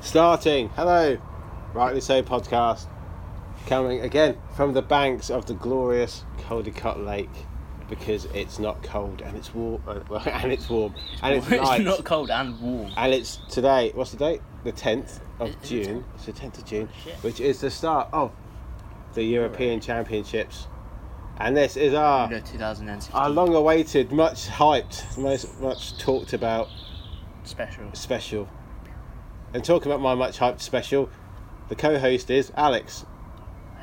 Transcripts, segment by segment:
Starting. Hello. Rightly So podcast. Coming again from the banks of the glorious Caldecott Lake because it's not cold and it's warm and it's warm and it's, Well, it's night. not cold and warm. And it's today, what's the date? The 10th of It- it's- June. It's the 10th of June, Shit. which is the start of the European Championships. And this is our No, 2016 our long awaited, much hyped, most much talked about special. special. And talking about my much hyped special, the co host is Alex.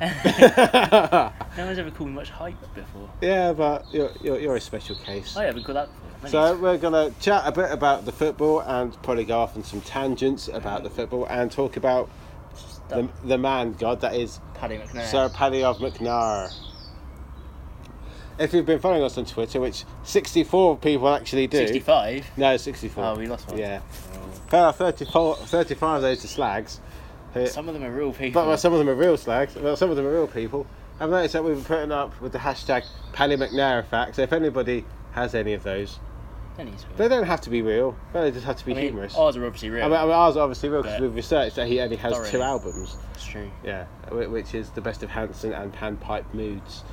yeah, no one's ever called me much hype before. but you're, you're, you're a special case. Oh yeah, we called that before. Many So times. we're gonna chat a bit about the football and probably go off on some tangents about the football and talk about the, the man god that is Paddy McNair. Sir Paddy of McNair. If you've been following us on Twitter, which 64 people actually do. 65. No, 64. Oh, we lost one. Yeah. Oh. There are 34, 35 of those are slags. who- Some of them are real people. but well, some of them are real slags. Well, some of them are real people. I've noticed that we've been putting up with the hashtag Paddy McNair facts. If anybody has any of those, Then he's real. they don't have to be real. They just have to be I mean, oh, humorous. ours are obviously real. I mean, I mean, ours are obviously real because But- we've researched that he only has Not two really. albums. it's true. Yeah, whi- which is the best of Hanson and Panpipe Moods,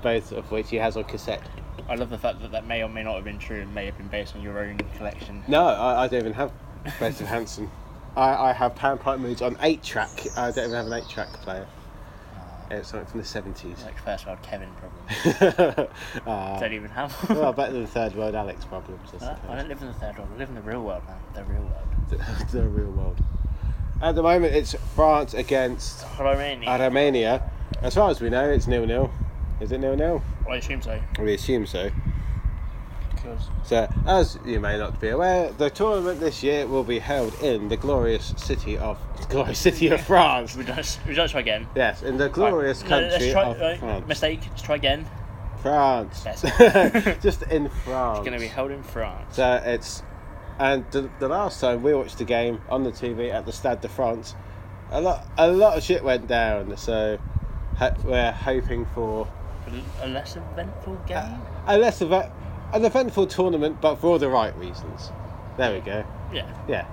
both of which he has on cassette. I love the fact that that may or may not have been true and may have been based on your own collection. No, I, I don't even have best of Hanson. I, I have Panpipe Moods on eight track. I don't even have an eight track player. Ah. It's something from the seventies. Like first world Kevin problems. Ah, don't even have one. well, better than third world Alex problems. I Huh? suppose. Uh, I don't live in the third world. I live in the real world, man. The real world. the, the real world. At the moment, it's France against Romania. I, Romania. As far as we know, it's nil nil. Is it nil nil? assume so. We assume so. 'cause So, as you may not be aware, the tournament this year will be held in the glorious city of glorious city of France. we don't. We don't try again. Yes, in the glorious Right. No, country let's try, of right, France. Mistake. Let's try again. France. That's- Just in France. It's going to be held in France. So it's, and the, the last time we watched the game on the TV at the Stade de France, a lot a lot of shit went down. So ho- we're hoping for A less eventful game. a less of a, an eventful tournament, but for all the right reasons. There we go. yeah. Yeah.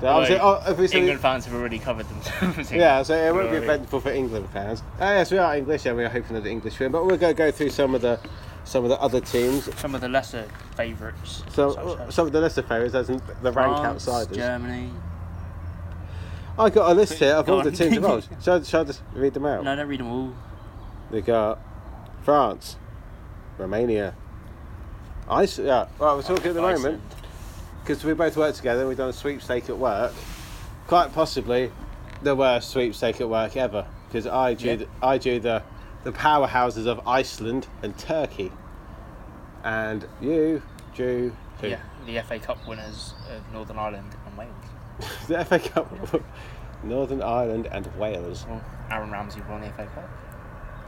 So Although obviously, oh, if we see- England fans have already covered themselves. in- Yeah, so it won't be Already. eventful for England fans. Ah, yes, we are English and we are hoping that the English win, but we're going to go through some of the some of the other teams. Some of the lesser favourites. such So uh, as some of the lesser favourites, as in the rank France, outsiders. Germany. I got a list here of Go all the on. teams involved. Shall, I- shall I just read them out? No, don't read them all. They got France, Romania, Iceland. Yeah, well, we're talking at the moment Iceland. because we both work together. We've done a sweepstake at work. Quite possibly the worst sweepstake at work ever because I drew Yeah. the, I drew the the powerhouses of Iceland and Turkey, and you drew who? Yeah, the FA Cup winners of Northern Ireland and Wales. the FA Cup, Northern Ireland and Wales. Well, Aaron Ramsey won the FA Cup.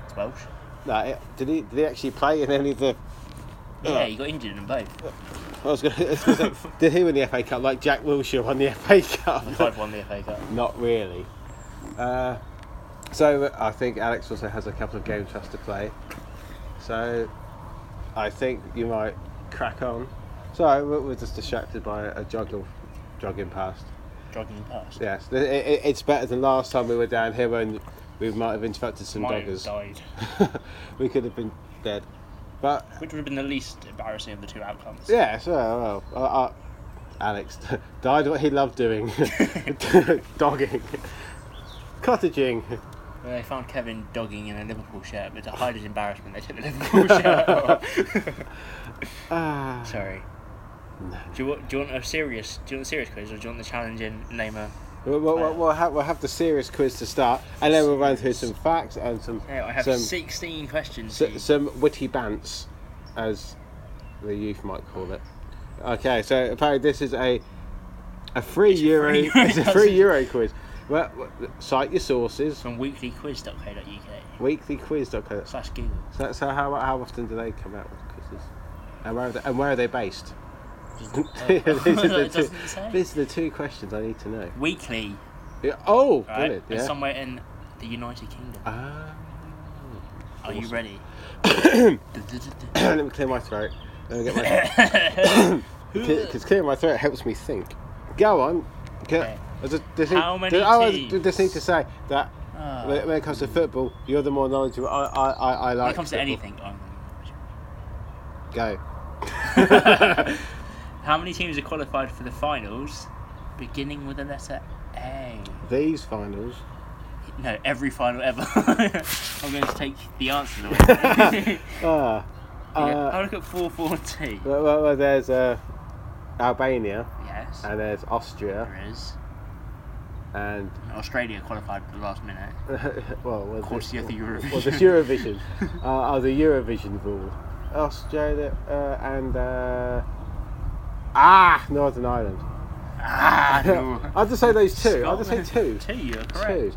It's Welsh. No, it- did he did he actually play in any of the? Uh. Yeah, he got injured in both. I was going to did he win the FA Cup like Jack Wilshere won the FA Cup? And Clive won the FA Cup. Not really. Uh, so I think Alex also has a couple of games for us to play. So I think you might crack on. Sorry, we- we're just distracted by a joggle, jogging past. Jogging past. Yes, it, it, it's better than last time we were down here when we might have interrupted some Might have doggers. died. we could have been dead. But Which would have been the least embarrassing of the two outcomes. Yeah, so well, uh, uh, Alex died what he loved doing, dogging, cottaging. Well, They found Kevin dogging in a Liverpool shirt, but to hide his embarrassment, they took the Liverpool shirt off. Ah, Sorry. No. Do you, want, do you want a serious? Do you want a serious quiz, or do you want the challenge in Neymar? we'll, we'll, we'll, we'll have, we'll have the serious quiz to start, and then we'll run through some facts and some Yeah, I have some, 16 questions. s- some witty bants, as the youth might call it. Okay, so apparently this is a a free euro, free euro, it's a free doesn't it? euro quiz. Well, well, cite your sources. from weeklyquiz.co.uk Weeklyquiz.co. slash Google. So, so how, how often do they come out with quizzes? And where are they, and where are they based? Just- these, are the Oh. it two, doesn't say. these are the two questions I need to know. Weekly, Yeah, oh, right? brilliant! It's Yeah. somewhere in the United Kingdom. Ah. Are you awesome. ready? Let me clear my throat. Let me get my because clearing my throat helps me think. Go on. Go- Okay. Does it- does it- How many does- oh, I teams? just need to say that Ah. when, when it comes to football, you're the more knowledgeable. I, I, I, I like. when it comes to football. anything, I'm Go. How many teams are qualified for the finals, beginning with the letter A? These finals. No, every final ever. I'm going to take the answers away. Ah. Uh, I look at 440. well, well, well, there's uh, Albania, Yes. and there's Austria, There is. and Australia qualified for the last minute. well, was course, you have the Eurovision. Well, there's Eurovision. uh, oh, the Eurovision rule. Australia uh, and uh, ah, Northern Ireland. Ah, no. I'll just say those two. I'll just say two. Scotland. Two, you're Two. correct.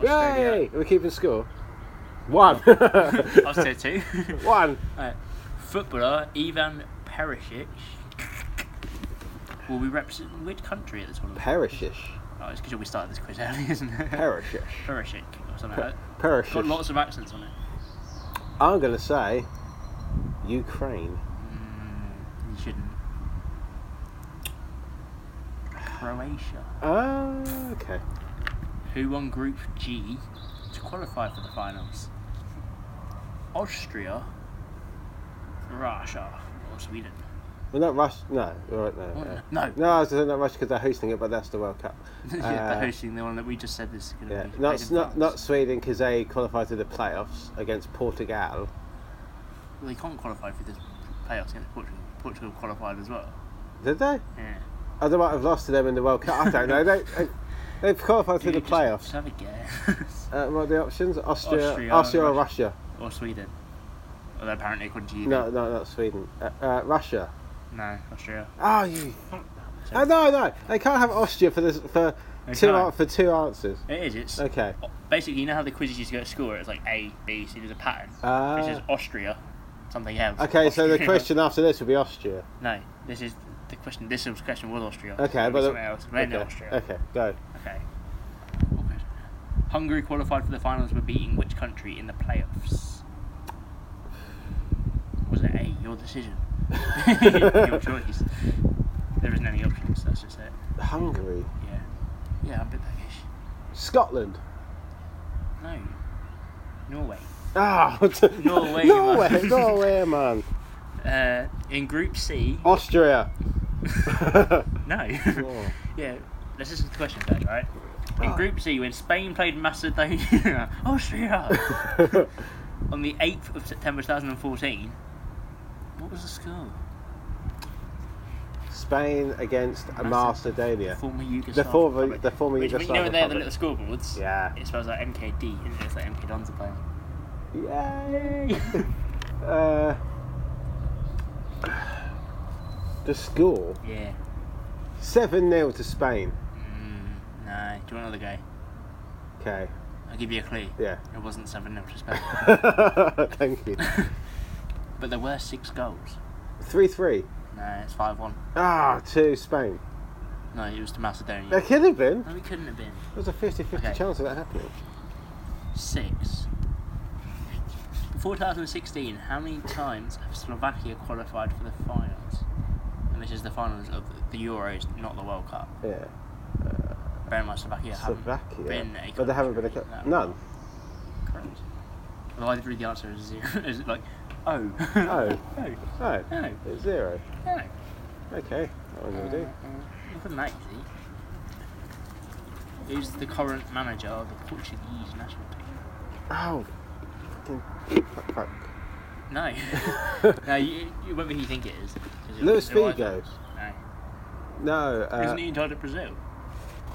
Yay! Australia. Are we keeping score? One. I'll say two. One. Alright. Footballer Ivan Perisic will be representing which country at the tournament? Perishish. oh, it's because we started this quiz early, isn't it? Perishish. Perisic or something like that. Got Perishish. lots of accents on it. I'm gonna say Ukraine. Mm, you shouldn't. Croatia. Ah, okay. Who won Group G to qualify for the finals? Austria, Russia, or Sweden? Well, not Russia. No, all right, no. Oh, yeah. Uh, no. No, I was saying not Russia because they're hosting it, but that's the World Cup. yeah, Uh, they're hosting the one that we just said is going to Yeah, be. not played in not, not France. Sweden because they qualified to the playoffs against Portugal. Well, they can't qualify for this playoffs against Portugal. Portugal qualified as well. Did they? Yeah. Oh, they might have lost to them in the World Cup. I don't know. They, they they've qualified through Yeah, the just- playoffs. Just have a guess. Uh, what are the options? Austria, Austria, Austria, or Russia? or Sweden. Although apparently according to you. No, no, not Sweden. Uh, uh, Russia. No, Austria. Oh, you. Oh, no, no. They can't have Austria for this for They two can't. an- for two answers. It is. It's Okay. basically you know how the quizzes used to go at school. where It's like A, B, C. There's a pattern. Ah. This is Austria, something else. Okay, so the Austria. question after this will be Austria. No, this is the question. This was question was Austria. Okay, It but was the- something else. Mainly okay, Austria. okay, go. Okay. What question? Hungary qualified for the finals by beating which country in the playoffs? Was it A? Your decision. your choice. There isn't any options. That's just it. Hungary, Yeah. Yeah, I'm a bit peckish. Scotland. No. Norway. Ah, Norway, man. Norway, Norway, man. Uh, in Group C. Austria. No. Oh. yeah. Let's listen to the question first, right? In Ah. Group C, when Spain played Macedonia, Austria, on the 8th of September 2014, what was the score? Spain against Macedonia. Former Yugoslav. The former, Republic. the former Which, Yugoslav you know when they have the little Republic. scoreboards? Yeah. It spells like MKD, and it's like MK Dons are playing. Yay! uh, the score Yeah. seven 0 to Spain. Mm, no. Do you want another go? Okay, I'll give you a clue. yeah. It wasn't 7 0 to Spain. Thank you. but there were six goals. Three three. No, it's 5 1. Ah, to Spain. No, it was to Macedonia. That could have been. No, it couldn't have been. There's a 50-50 Okay. chance of that happening. Six. Before 2016, how many times have Slovakia qualified for the finals? And this is the finals of the Euros, not the World Cup. Yeah. Bear in mind, Slovakia haven't Slovakia. been a but they haven't been a country co- that none. Correct. Well, I read the answer as zero. Is it like, oh. Oh. oh. No, No. it's zero. No. Okay, that one will do. It wasn't that easy. Who's the current manager of the Portuguese national team? Uh, Oh, fucking fuck, fuck. No. no, you, you won't be who you think it is. 'cause it- Luis it was- Figo. No. No, uh, Isn't he entitled to Brazil?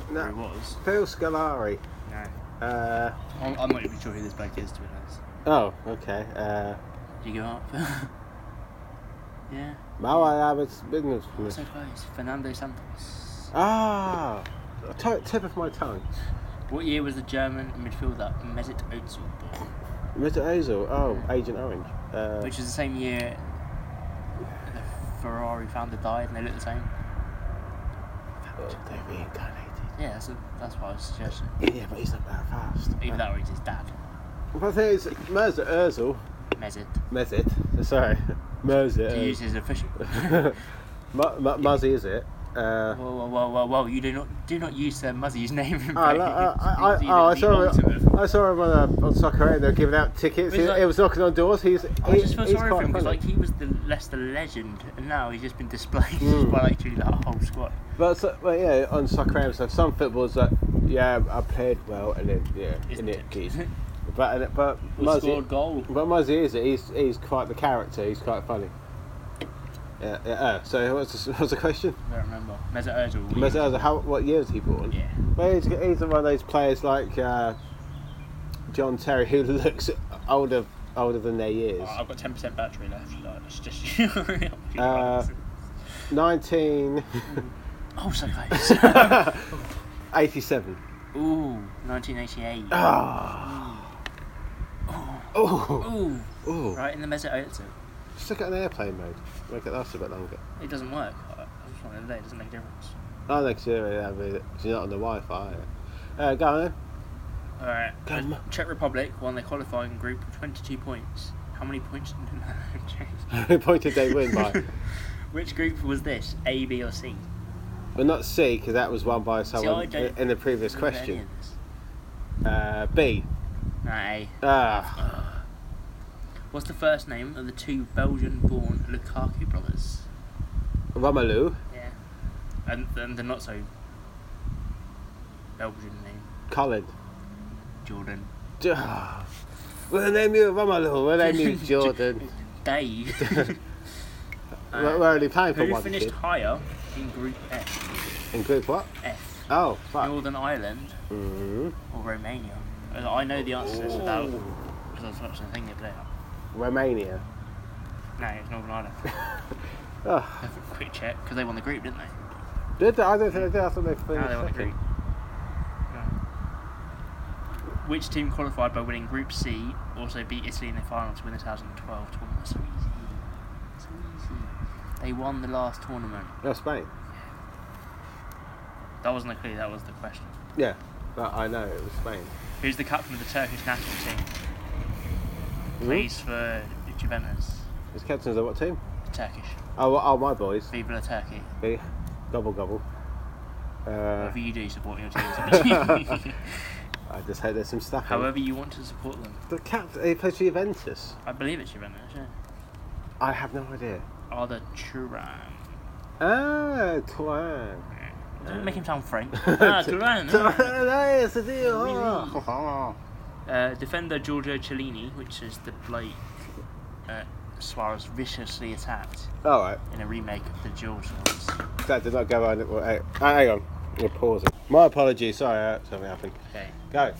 Or he no. was. Phil Scolari. No. Uh, I'm, I'm not even sure who this bloke is, to be honest. oh, okay. Uh, Do you go up? yeah. Mohammed Bin So close. Fernando Santos. Ah, t- tip of my tongue. What year was the German midfielder Mesut Ozil born? Mr. Ozil. Oh, Agent Orange. Uh, Which is the same year the Ferrari founder died and they look the same. they oh, reincarnated. Yeah, that's, a, that's what I was suggesting. Yeah, but he's not that fast. Either that or it's his dad, But the thing is, Mesut Ozil. Mesut. Mesut. Sorry, Mesut. To use his official. Mu- mu- Muzzy, is it? Uh, Whoa, whoa, whoa, whoa, whoa! You do not do not use Sir Muzzy's name. In I, vain. ah, I, He's I, oh, I the saw ultimate. him. I saw him on, uh, on Soccer Aid. They were giving out tickets. He, It was like- he was knocking on doors. He's. I he- just feel he's sorry for quite him because funny. like he was the Leicester legend, and now he's just been displaced Mm. by literally that whole squad. But, so, but yeah, on soccer and stuff, some footballers that yeah, I played well and it yeah, Isn't and it it? did. But and- but We Muzzy, scored goal. but Muzzy is it? He's he's quite the character. He's quite funny. Yeah. yeah uh, so what's the, what's the question? I don't remember. Mesut Ozil. we- Muzzy, how what year was he born? Yeah. Well, he's, he's one of those players like uh, John Terry who looks older older than their years. Oh, I've got ten percent battery left. Like, it's just. Uh, Nineteen oh, so close. eighty-seven. Ooh, 1988. Ah. Oh. Ooh, Oh. right in the Mesut Ozil. Just look at an airplane mode. Make it last a bit longer. It doesn't work. Uh, I was trying the other day. It doesn't make a difference. Oh, next year, yeah, but you're not on the Wi Fi. Uh, go on then. All right. Come. Czech Republic won their qualifying group with 22 points. How many points did they How many points did they win by? Which group was this? A, B, or C? well, not C, because that was won by someone don't in the previous remember any question. of this. Uh, B. No, A. Ah. What's the first name of the two Belgian-born Lukaku brothers? Romelu. Yeah. And, and the not so Belgian name, Colin. Jordan. J- We'll name you Romelu. We'll name you Jordan. Dave. we're, Uh, we're only playing for Who one finished kid. higher in Group F? In group what? F. Oh, fuck. Northern Ireland Mm. or Romania? And I know the answer to this without Oh. because I was watching the thing the other day. Romania. No, it's Northern Ireland. Oh. Quick check, because they won the group, didn't they? Did they? I don't think they did. I thought they no, finished they won the group. second. No. Which team qualified by winning Group C also beat Italy in the final to win the 2012 tournament? So easy. So easy. They won the last tournament. No, Spain. That wasn't a clue, that was the question. Yeah, but I know it was Spain. Who's the captain of the Turkish national team? Mhm. Plays for Juventus. His captains of what team? Turkish. Oh, oh my boys. Viva la Turkey. Hey, Gobble gobble. Uh, Whatever you do, support your team. I just hope there's some stuff. in it. However you want to support them. the captain he plays for Juventus. I believe it's Juventus, yeah. I have no idea. Are the Turan. Ah, Tuan. Don't make him sound French. ah, Turan. That's the deal. Really? Oh. Uh, defender Giorgio Cellini, which is the Blake uh, Suarez viciously attacked All right, in a remake of the George Wars. that did not go on. Well, hey, ah, hang on, we're pausing. My apologies. Sorry, uh, something happened. Okay. Go.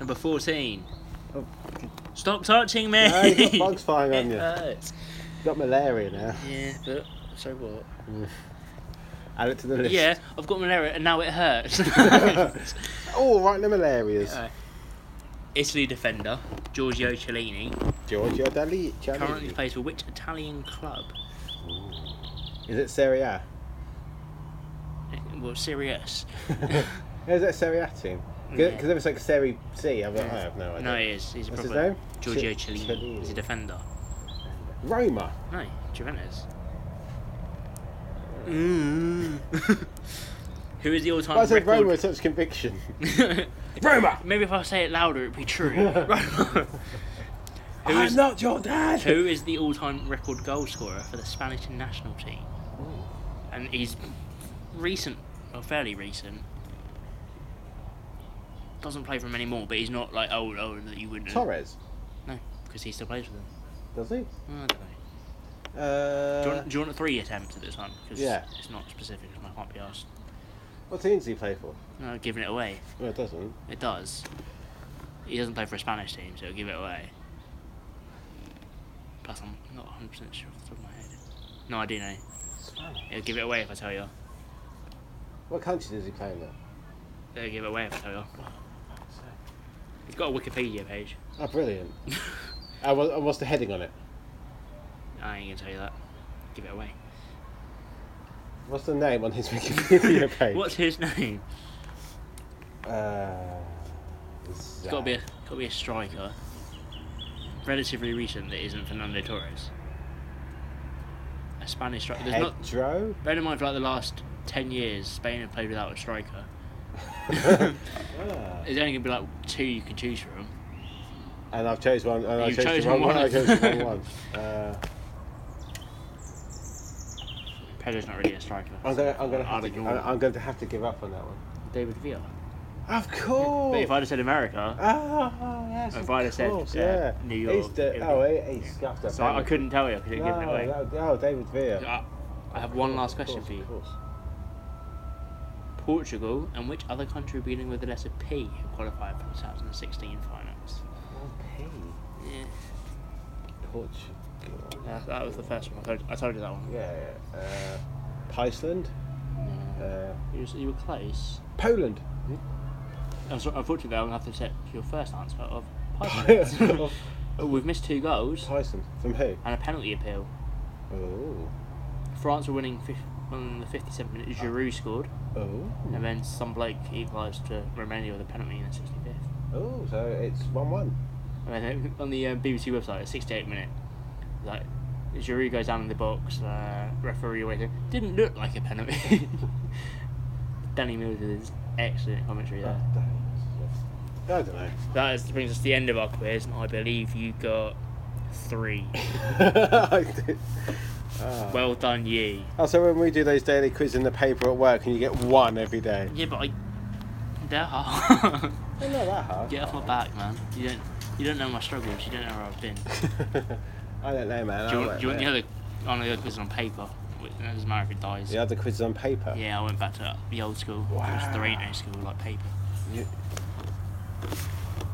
Number 14. Oh. Stop touching me! No, you've got bugs flying on It you. hurts. Got malaria now. Yeah, but so what? Add it to the list. Yeah, I've got malaria and now it hurts. Alright. Oh, right, the malaria's. Italy defender Giorgio Cellini Giorgio Dali. currently Gianni. plays for which Italian club? Is it Serie A? Well, serious. Is that Serie A team? Yeah. Because if it's like Serie C, I'm like, I have no idea. No, he is. He's a What's his proper name? Giorgio Ch- Cellini. Cellini. He's a defender. Roma. No, Juventus. Mm. Who is the all-time I said Roma record? with such conviction. Roma! Maybe if I say it louder, it'd be true. Who is- not your dad! Who is the all-time record goal scorer for the Spanish national team? And he's recent, or fairly recent. Doesn't play for them anymore, but he's not like old, old that you wouldn't. Torres, No, because he still plays with them. does he? Oh, I don't know. Uh, Do you, want, do you want three attempts at this one? Because Yeah. it's not specific, and I can't be asked. What team does he play for? No, giving it away. Well, it doesn't. It does. He doesn't play for a Spanish team, so give it away. Plus, I'm not 100% sure off the top of my head. No, I do know. It'll give it away if I tell you. What country does he play in though? It'll give it away if I tell you. It's got a Wikipedia page. Oh, brilliant. and what- and what's the heading on it? I ain't gonna tell you that. Give it away. What's the name on his Wikipedia page? What's his name? Uh, It's gotta be a gotta be a striker. Relatively recent that isn't Fernando Torres. A Spanish striker. There's not. Pedro? Bear in mind, for like the last ten years, Spain have played without a striker. Ah. There's only gonna be like two you can choose from. And I've chose one. And I You've chose the chosen wrong one. one. I chose the wrong one. Uh, Pedro's not really a striker. I'm gonna, I'm gonna, have I'd to, ignore I'm, I'm going to have to give up on that one. David Villa. Of course. But if I'd have said America, Oh, yes, If of I'd have said, course, uh, yeah. New He's York, the, it'd oh, be- he, he's scuffed up. so I, I haven't couldn't tell you. I could he? have No, given it away. that would- oh, David Villa. I, I have one last question for you. Portugal and which other country beginning with the letter P qualified for the 2016 finals? Yeah, Portugal. that, Uh, that was the first one. I told, I told you that one. Yeah, yeah. Uh, Iceland. Uh, You, was, you were close. Poland. Hmm? I'm sorry, unfortunately, I'm going to have to accept your first answer of Python. Iceland. We've missed two goals From who? and a penalty appeal. Oh. France were winning fif- on the 57th minute. Giroud scored, Oh. and then some bloke equalised to Romania with a penalty in the 65th. Oh, so it's 1 1. And then on the uh, BBC website, at 68 minute, like Giroud goes down in the box, uh, referee waiting. Didn't look like a penalty. Danny Mills with his excellent commentary there. Oh, I don't know. That is, brings us to the end of our quiz, and I believe you got three. I did- Ah. well done, ye. Oh, so when we do those daily quizzes in the paper at work, and you get one every day. Yeah, but I. They're hard. They're not that hard. Get off my back, man. You don't. You don't know my struggles. You don't know where I've been. I don't know, man. Do you I want, work do you want the there. other? On the other quiz on paper. It doesn't matter if it dies. The other quizzes on paper. Yeah, I went back to the old school. Wow. There ain't no school like paper. You-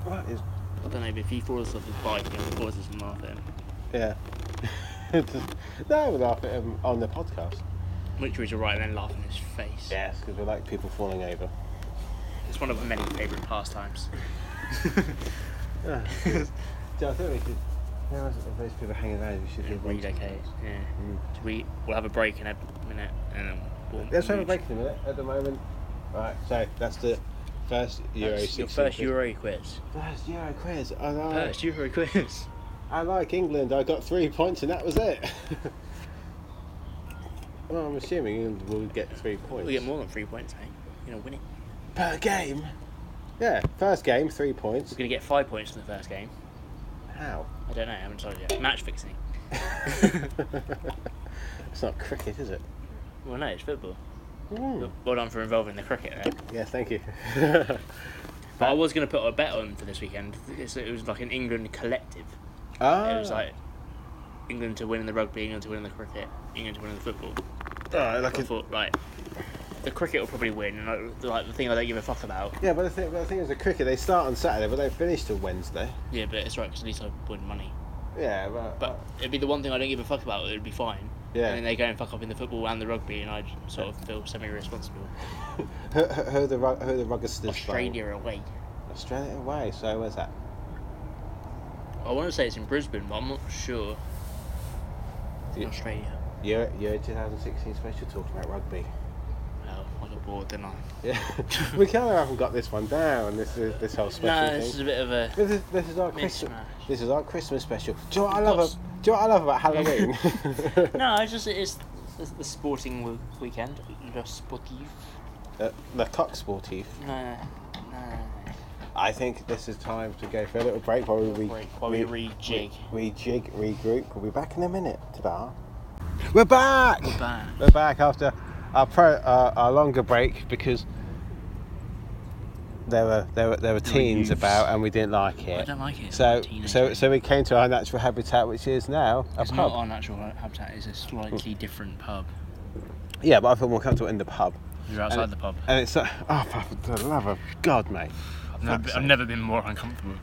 What is? I don't know, but if he falls off his bike, he'll cause us some laughing. Yeah. no, we laugh at him on the podcast. Which was right and then laugh in his face. Yes, because we like people falling over. It's one of my many favourite pastimes. Yeah. so I think we should. Now that those people are hanging around, we should do one. Relocate. Yeah. So we, we'll have a break in a minute and then we'll. Mm. Let's have a move- break in a minute. At the moment, right. So that's the first Euro. Uh, That's your 16 first quiz. Euro quiz. First Euro quiz. I like, First Euro quiz. I like England. I got three points and that was it. well, I'm assuming England will get three points. We get more than three points, mate. We're going to win it. per game. Yeah, first game, three points. We're going to get five points in the first game. How? I don't know, I haven't decided yet. Match fixing. it's not cricket, is it? Well, no, it's football. Mm. Well done for involving the cricket eh? there. Yeah, thank you. But I was going to put a bet on for this weekend. It's- It was like an England collective. ah, It was like England to win in the rugby, England to win in the cricket, England to win in the football. Alright, like I a- thought like the cricket will probably win, and like, like the thing I don't give a fuck about. yeah, but the, thing, but the thing is, the cricket they start on Saturday, but they finish till Wednesday. Yeah, but it's right because at least I win money. Yeah, but, But it'd be the one thing I don't give a fuck about. It'd be fine. Yeah. And then they go and fuck up in the football and the rugby, and I sort of feel semi-responsible. uh, who, who, who are the rug- who are the ruggers this Australia away. Australia away. So where's that? I want to say it's in Brisbane, but I'm not sure. It's in Yeah. Australia. Year, year 2016 special talking about rugby. Well, I got bored, didn't I? Yeah, we kind of haven't got this one down. This is this whole special No, thing. this is a bit of a This is this is our Christmas. Mismatch. This is our Christmas special. Do you know what I love? What's- ab- do you know what I love about Halloween? No, it's just it's it's the sporting w- weekend. Le sportif. uh, the cock sportive. No, no, no, no, I think this is time to go for a little break while we no. Wait, while we rejig. rejig, regroup. We'll be back in a minute. Ta-da. We're back. We're back. We're back after our pro, uh, our longer break because there were there were there were There were teens youths. about and we didn't like it. I don't like it. So I'm a teenager. so so we came to our natural habitat, which is now a pub. it's Hmm. not our natural habitat. It's a slightly different pub. Yeah, but I feel more comfortable in the pub. You're outside the pub. And it's like, oh, for the love of God, mate. I've never, been, I've never been more uncomfortable.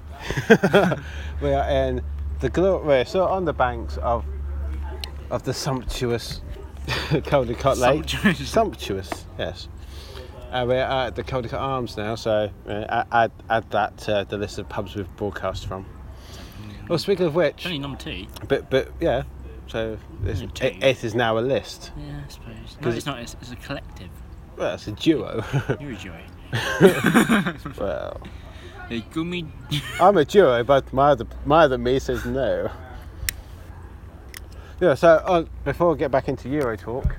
we are in the glo- we're sort of on the banks of of the sumptuous Caldecott Lake. Sumptuous. Sumptuous, yes. Uh, we're at the Caldecott Arms now, so uh, add, add that to the list of pubs we've broadcast from. Well, speaking of which, It's Mm. only number two. but but yeah, so this, Only two. it, it is now a list. Yeah, I suppose. No, Does it's not. It's, it's a collective. Well, it's a duo. You're a joy. well, They gummy. I'm a duo, but my other, my other me says no. Yeah, so uh, before we get back into Euro talk,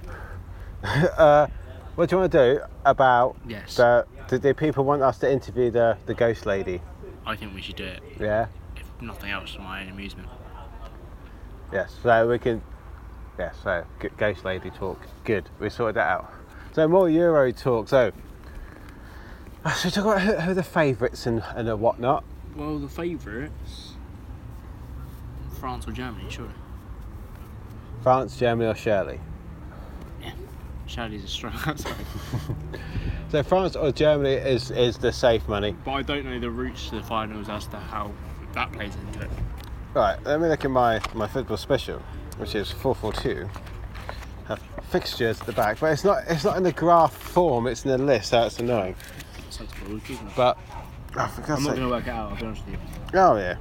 uh, What do you want to do about Yes. the? Do, do people want us to interview the the ghost lady? I think we should do it, Yeah. if nothing else, for my own amusement. Yes. So we can. Yeah. So g- ghost lady talk. Good. We sorted that out. So more Euro talk. So. uh, So we talk about who, who are the favourites and and the whatnot. Well, the favourites. France or Germany, surely. France, Germany, or Shirley. Shirley's a strong answer. So France or Germany is is the safe money. but I don't know the routes to the finals as to how that plays into it. Right, let me look at my, my football special, which is 442. Have fixtures at the back, but it's not it's not in the graph form, it's in the list, so it's annoying. Sensible, isn't it? But oh, for God's I'm not sake. going to work it out, I'll be honest with you. Oh yeah.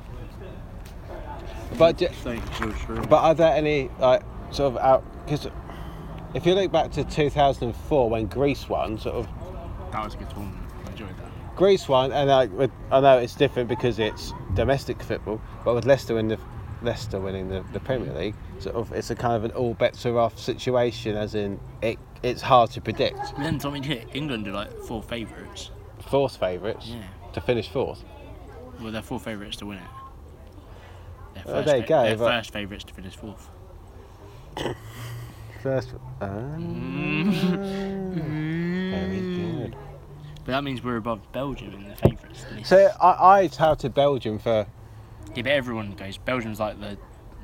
But j- Thank you, sure. but are there any like sort of out because if you look back to 2004 when Greece won, sort of that was a good tournament. I enjoyed that. Greece won, and like with, I know it's different because it's domestic football, but with Leicester in the Leicester winning the, the Premier League, sort of it's a kind of an all bets are off situation, as in it it's hard to predict. Then Tommy did. England are like four favourites. Fourth favourites Yeah. to finish fourth. Well, they're four favourites to win it. They're Well, there you go, They're but- first favourites to finish fourth. First, um, very good. But that means we're above Belgium in the favourites. list. So I I touted Belgium for yeah, but everyone goes. Belgium's like the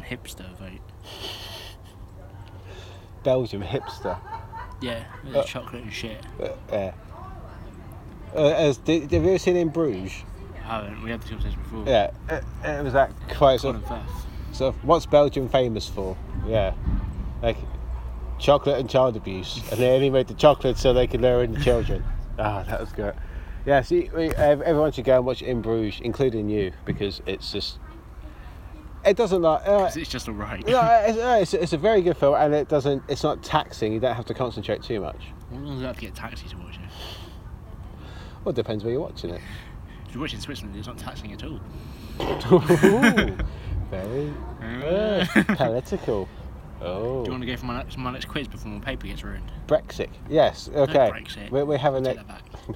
hipster vote. Belgium hipster. Yeah, with the Uh, chocolate and shit. Uh, yeah. Uh, as, did, have you ever seen in Bruges? I haven't. We had this conversation before. Yeah, it, it Uh, was that quite sort Colin of Firth. So, what's Belgium famous for? Yeah, like chocolate and child abuse, and they only made the chocolate so they could lure in the children. Ah, that was good. Yeah, see, we, ev- everyone should go and watch In Bruges, including you, because it's just it doesn't like. Uh, 'Cause It's just alright. no, it's, uh, it's, it's a very good film, and it doesn't. It's not taxing. You don't have to concentrate too much. We're not allowed to get taxi to watch it. Well, it depends where you're watching it. If you're watching Switzerland, it's not taxing at all. Ooh, very uh, political. Oh. Do you want to go for my next, my next quiz before my paper gets ruined? Brexit. Yes. Okay. Brexit. We, we have a Take next. that back.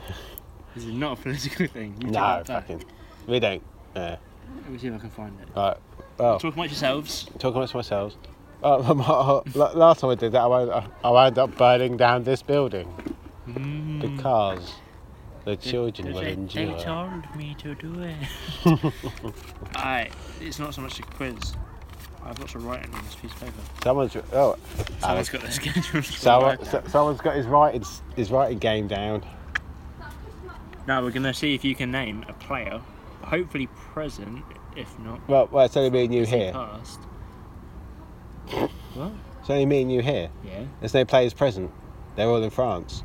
this is not a political thing. You take No, that back. fucking. We don't. Uh, Let me see if I can find it. right. Well, Talk amongst yourselves. talking amongst ourselves. Uh, la- last time I did that, I wound, up, I wound up burning down this building Hmm. Mm. because the children will endure. told me to do it. Alright, it's not so much a quiz. I've got to write on this piece of paper. Someone's oh, Someone's Alex. got the schedule. to Someone, write so, down. someone's got his writing s- his writing game down. Now we're gonna see if you can name a player, hopefully present, if not Well, well, it's only me and you here. past. What? It's only me and you here. Yeah. There's no players present. They're all in France.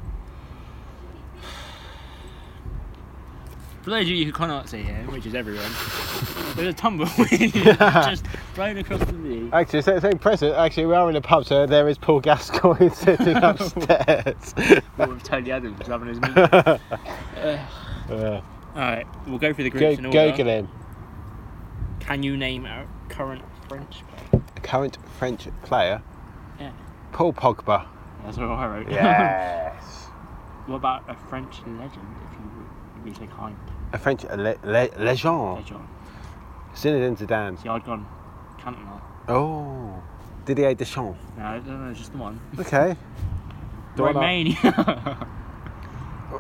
For those of you who cannot see here, which is everyone, there's a tumbleweed just blown across the knee. Actually, so same present. Actually, we are in a pub, so there is Paul Gascoigne sitting upstairs. with Tony Adams having his meat. Uh, Alright, we'll go through the go, groups in order. Google him. Can you name a current French player? Current French player. Yeah. Paul Pogba. That's what I wrote. Yes. what about a French legend, if you would be so kind, a French le, le, legend. John? Zinedine Zidane. See, I'd gone Cantona. Oh. Didier Deschamps. No, I don't know, just the one. Okay. The one I- Romania. yeah,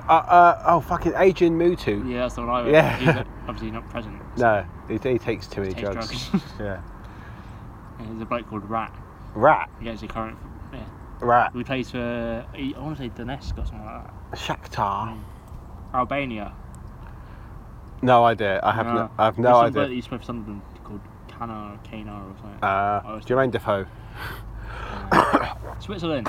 uh, uh, oh, fucking Adrian Mutu. that's the one I wrote. Yeah. He's not- obviously not present. No, he, he takes too many Takes drugs. drugs. yeah. And There's a bloke called Rat. Rat. He goes to current. Yeah. Rat. He plays for, I want to say Donetsk or something like that. Shakhtar. Albania. Uh, No idea. I have no, I have no There's some idea. bloke that used to play for Sunderland called Kana or Kana or something. I Uh, was- Jermaine Defoe. Switzerland.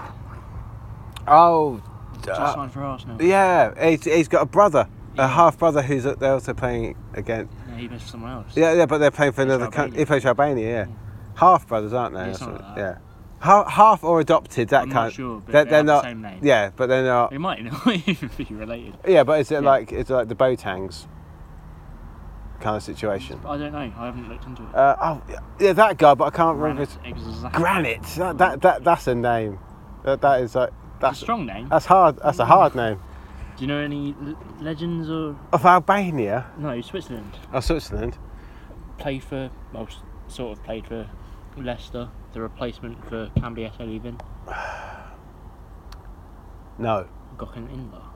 Oh, Just signed for Arsenal. yeah. uh-huh. He's, he's got a brother, Yeah. a half brother who's uh, they're also playing again. No, he plays for someone else. Yeah, yeah, but they're playing for another Albania. country. He plays for Albania, yeah. Hmm. Half brothers, aren't they? Yeah, That's something what- like that. yeah. Half, half or adopted, that I'm kind. not sure, but they're, they they're have the not. same name. Yeah, but they're not. They might not even be related. Yeah, but is it Yeah. like it's like the Botangs kind of situation? I don't know. I haven't looked into it. Uh, oh, yeah, yeah, that guy, but I can't remember. Granite, His... exactly. Granite. That, that that that's a name. That that is like That's That's a strong name. that's hard. That's a hard name. Do you know any l- legends or Of Albania no Switzerland? or Switzerland. Played for well, s- sort of played for Leicester, the replacement for Cambiasso leaving. No. Gokken Inbar.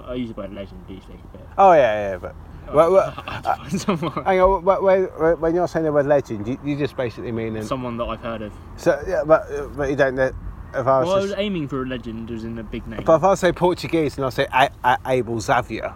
Uh. I use the word legend these days, but uh, Oh yeah, yeah. But Well, well, uh, I, I, someone, hang on. wh- wh- wh- When you're saying the word legend, you, you just basically mean an, someone that I've heard of. so. Yeah, but but you don't. know- If I was, Well, I to was s- aiming for a legend, as in a big name. but if I say Portuguese and I say a- a- Abel Xavier,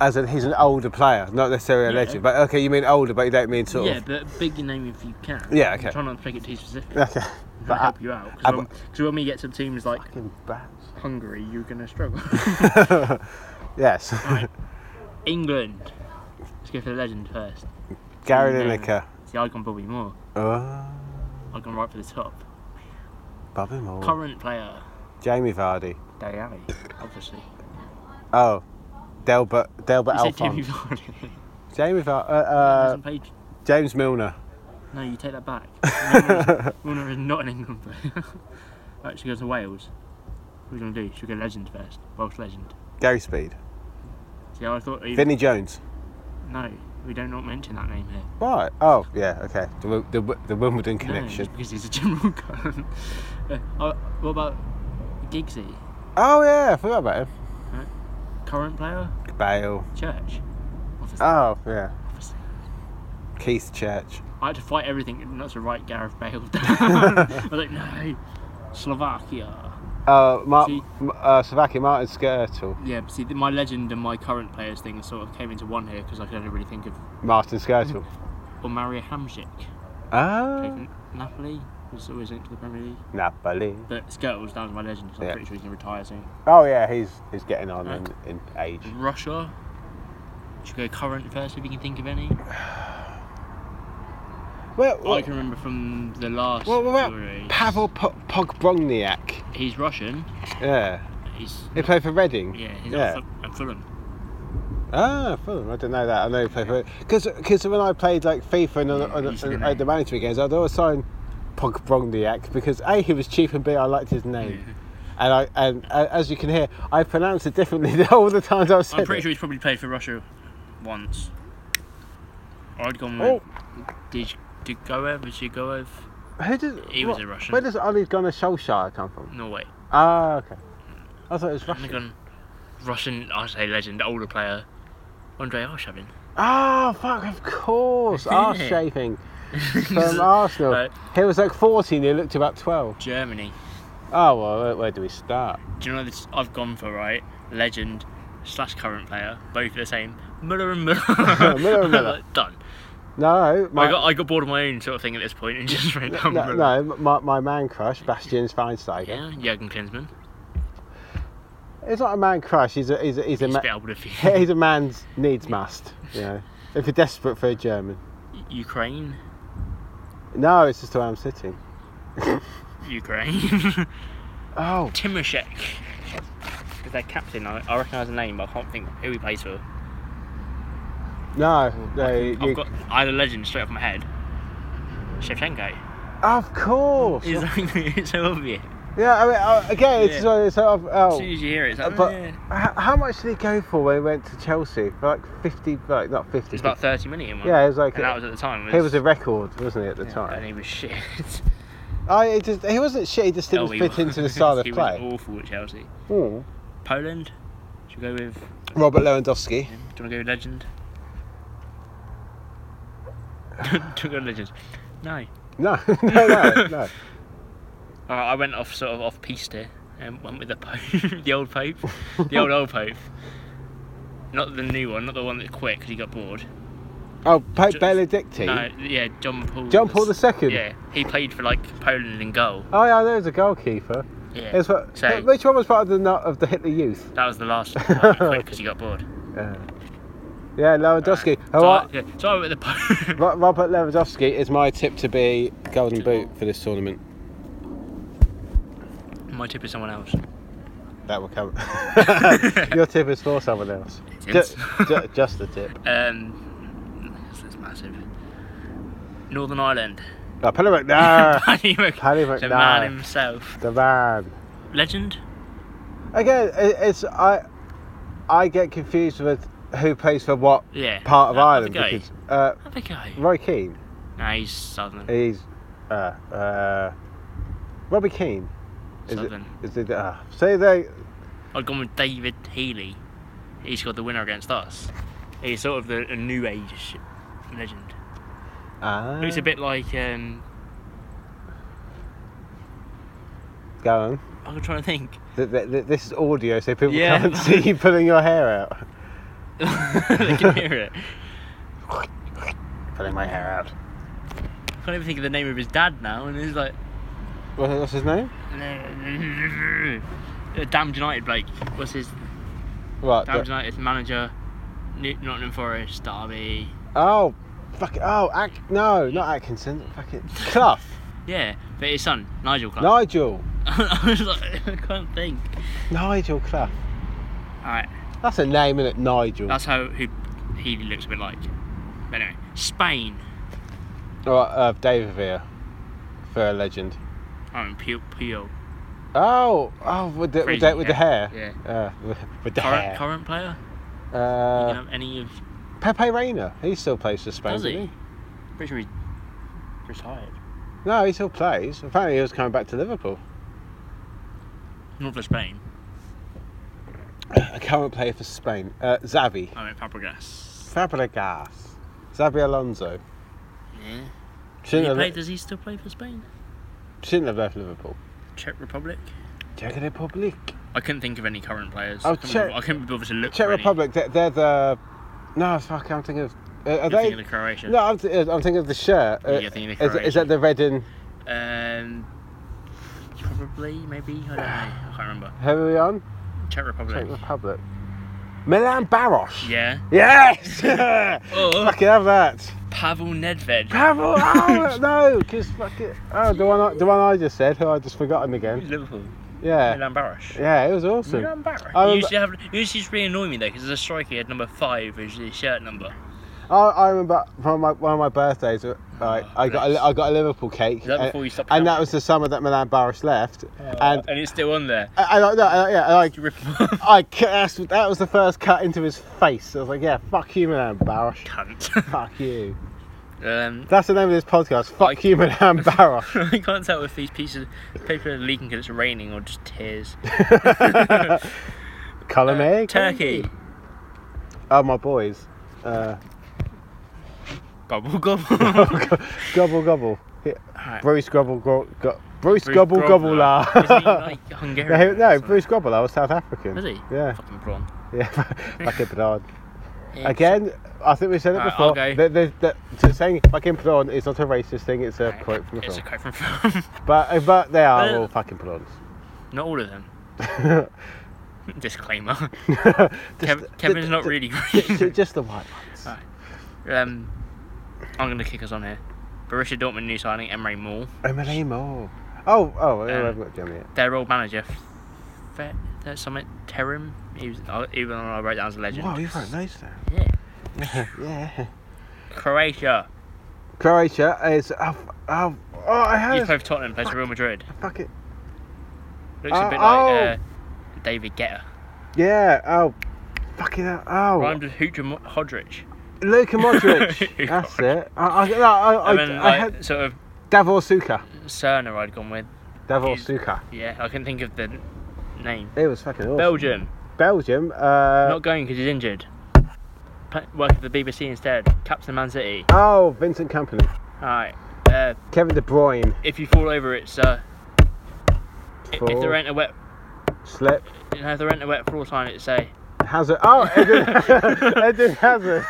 as in he's an older player, not necessarily a Yeah. legend. But okay, you mean older, but you don't mean sort yeah, of. but big name if you can. Yeah, I'm okay. trying not to make it too specific. Okay. But But help you out I- because when, 'cause when we get to teams like Fucking bats. Hungary, you're gonna struggle. yes. England. Let's go for the legend first. Gary Name it. Lineker. See, I gone Bobby Moore. Oh, I gone right for the top. Bobby Moore. Current player, Jamie Vardy. Dele Alli, obviously. Oh, Delbert Delbert You said Jimmy Alphonse. Vardy. Jamie Vardy. Uh, He uh, hasn't played- James Milner. No, you take that back. Milner is- Milner is not an England player. right, she goes to Wales. What are we gonna do? Should we go legend first? Welsh legend. Gary Speed. See, I thought. even- Vinnie Jones. No, we don't not mention that name here. Right. Oh, yeah. Okay. The Wi- the, Wi- the Wimbledon No, connection. just because he's a general current. uh, uh, what about Giggsy? Oh yeah, I forgot about him. Current player? Bale. Church. Obviously. Oh yeah. obviously. Keith Church. I had to fight everything not to write Gareth Bale down. I was like, no. Slovakia. Uh, Mar- See- M- uh, Slovakia Martin Skirtle. Yeah, but see, th- my legend and my current players thing sort of came into one here because I could only really think of. Martin Skirtle. Hmm. Or Mario Hamzik. Ah. Taken Napoli. Was always linked to the Premier League. Napoli. But Skirtle's down as my legend because I'm Yeah. pretty sure he's going to retire soon. Oh yeah, he's he's getting on Right. in, in age. Russia. Should we go current first if you can think of any? Well, Hmm. I can remember from the last. Well, what about Euros. Pavel P- Pogbroniak. He's Russian. Yeah. He's He played for Reading. yeah. He's Yeah. at Ful- at Fulham. Ah, Fulham. I didn't know that. I know he played for because because when I played like FIFA and on, Yeah, on, you should on- know. at the management games, I'd always sign Pogbroniak because a he was cheap and b I liked his name. And I and uh, as you can hear, I pronounce it differently all the times I've said I'm pretty it. sure he's probably played for Russia once. I'd gone Oh. with Dij Digoev, Digoev, Who did, He was a Russian. Where does Ole Gunnar Solskjaer come from? Norway. Ah, okay. I thought it was I've Russian. gone Russian. I say legend, older player, Andrei Arshavin. Ah, fuck! Of course, arse shaving from Arsenal. Right. He was like 14. He looked about 12. Germany. Oh well, where, where do we start? Do you know this? I've gone for right legend slash current player, both the same. Muller and Muller. Müller and Müller. Done. No, my, I got I got bored of my own sort of thing at this point and just ran down. no, Müller. no, my, my man crush, Bastian Schweinsteiger. Yeah, Jurgen Klinsmann. It's not a man crush. He's a he's a he's a, He's ma- a bit older for you. he's a man's needs must. You know, if you're desperate for a German. Ukraine, No, it's just the way I'm sitting. Ukraine. Oh, Timoshek. Because their captain, I, I recognise the name, but I can't think who he plays for. no, no. you- Oh, I've got I had a legend straight off my head. Shevchenko. of course. Exactly, it's so obvious. Yeah, I mean, uh, again, it's Yeah. just one of those sort of. As Oh, soon as you hear it, it's like, but "Eh." h- how much did he go for when he went to Chelsea? Like 50, like not 50. It's about 30 million. One. yeah, it was like and that was at the time. he was a record, wasn't he, at the yeah, time? And he was shit. I it just he wasn't shit. He just didn't Oh, he fit was. into the style of he play. was awful at Chelsea. Mm. Poland. Should we go with? Robert Lewandowski. Do you want to go with legend? do you want to go with legend? No. No, no, no, no. Uh, I went off sort of off piste and went with the Pope, the old Pope, the old old Pope. Not the new one, not the one that quit because he got bored. Oh, Pope Ju- Benedictine. No, yeah, John Paul. John Paul II. Yeah, he played for like Poland in goal. Oh yeah, there was a goalkeeper. Yeah, It was what, So- which one was part of the no- of the Hitler Youth? that was the last one that quit because he got bored. Uh, yeah, Lewandowski. Uh, Oh, so, what? I, yeah, so I went with the Pope. Ro- Robert Lewandowski is my tip to be golden boot for this tournament. My tip is someone else. That will come. Your tip is for someone else. Ju- It's- ju- just the tip. Um, this is massive. Northern Ireland. No, Paddy McNair. Paddy Mc- Ah. Paddy the man McNair. himself. The man. Legend? Again, it, it's I. I get confused with who pays for what Yeah. part of that Ireland Other guy. because uh, Other guy. Roy Keane, Nah, he's Southern. he's uh, uh, Robbie Keane. Is Southern. it? Is it? Uh, say they. I've gone with David Healy. He scored the winner against us. He's sort of the, a new age legend. Ah. Looks a bit like um, Go on. I'm trying to think. Th- th- th- this is audio, so people Yeah. can't see you pulling your hair out. they can hear it. Pulling my hair out. I can't even think of the name of his dad now, and he's like, What, what's his name? uh, Damned United Blake. What's his What? Damned the- United's manager? New- Nottingham Forest, Derby. oh, fuck it. Oh, Ac- no, not Atkinson. Fuck it. Clough. Yeah, but his son Nigel Clark. Nigel. I was like, I can't think. Nigel Clough. All right, That's a name, is it? Nigel. that's how who he looks a bit like. But anyway, Spain. All right, uh, David Villa. For a legend. I mean, Pio Pio. Oh, oh, with the, with Crazy the, with the hair. hair. Uh, with, with the Current, hair. current player? you Uh, can have any of? Pepe Reina. He still plays for Spain. Does doesn't he? Pretty sure he's retired. No, he still plays. Apparently, he was coming back to Liverpool. Not for Spain. A current player for Spain. Uh, Xavi. I mean, Oh, Fabregas. Fabregas, Xabi Alonso. Yeah. He Shouldn't have, played, does he still play for Spain? shouldn't have left Liverpool. Czech Republic. Czech Republic. I couldn't think of any current players. Oh, I couldn't Czech- be- I couldn't be bothered to look. Czech for any. Republic. They're, they're the. No, fuck. I'm thinking of. Uh, are You're they? thinking of Croatia. no, I'm, th- I'm thinking of the shirt. Uh, Yeah, you're thinking of is, is that Croatia. the red and Um, probably, maybe. I don't know. I can't remember. who are we on? Czech Republic. Czech Republic. Milan Baros. Yeah. Yes. Oh. Fucking have that. Pavel Nedved. Pavel. Ah, Oh, no, because fuck it. Oh, the one I, the one I just said, who I just forgotten again. Liverpool. Yeah. Milan Baros. Yeah, it was awesome. Milan Baros. I remember- You used to have. You used to just really annoy me though, because as a striker, you had number five as your shirt number. I, I remember from my, one of my birthdays, right, I got bless. a, I got a Liverpool cake, Is that and, before you Oh. stopped Uh, and that counting? was the summer that Milan Baros left, and and it's still on there. I, I, no, I, yeah, and You rip him off. I, I cu- that's, that was the first cut into his face. I was like, yeah, fuck you, Milan Baros, Cunt. fuck you. um, That's the name of this podcast. Fuck you, Milan Baros. I can't tell if these pieces of paper are leaking because it's raining or just tears. Column A, column Turkey. B. Oh, my boys. Uh, Bubble gobble. gobble gobble. Yeah, Alright. Bruce gobble go, go, Bruce, Bruce gobble gobble Grobbelaar. la. Isn't he like no, Hungarian? or he- no, something? Bruce gobble was South African. Is he? Yeah. Fucking prawn. Yeah, fucking prawn. Yeah, Again, I think we said it Alright, before. I'll go. that- that- that- so saying fucking prawn is not a racist thing, it's a it's- quote from a It's a film. quote from a film. But, uh, but they are But- all fucking prawns. Not all of them. Disclaimer. Just- Kev- Kevin's not really ju- ju- green. Just the white ones. Alright. um, I'm going to kick us on here. Borussia Dortmund new signing, Emre Moore. Emily Moore. Oh, oh, I Um, haven't got Jimmy yet. Their old manager, Fe- their summit, Terim. He was, I- even when I wrote down as a legend. Wow, you wrote those down. Yeah. yeah. Croatia. Croatia is. Oh, f- oh, oh I He had. played for Tottenham, plays for Real Madrid. fuck it. Looks Uh, a bit oh. like uh, David Guetta. Yeah, oh. Fucking hell, oh. Rhymed with Hooter Mo- Hodrich. Luka Modric. That's it. I, I, no, I, I, And then, I like, had sort of Davor Suka. Cerner I'd gone with. Davor He's- Suka. Yeah, I can think of the name. It was fucking awesome. Belgium. Belgium. Oh. Uh, Not going because he's injured. P- working for the BBC instead. Captain Man City. oh, Vincent Company. Alright. Uh, Kevin De Bruyne. if you fall over, it's. Uh, i- if Fall. there ain't a wet, Slip. you know, if there ain't a wet floor sign, it's say. Hazard. Oh, Eden, Eden Hazard.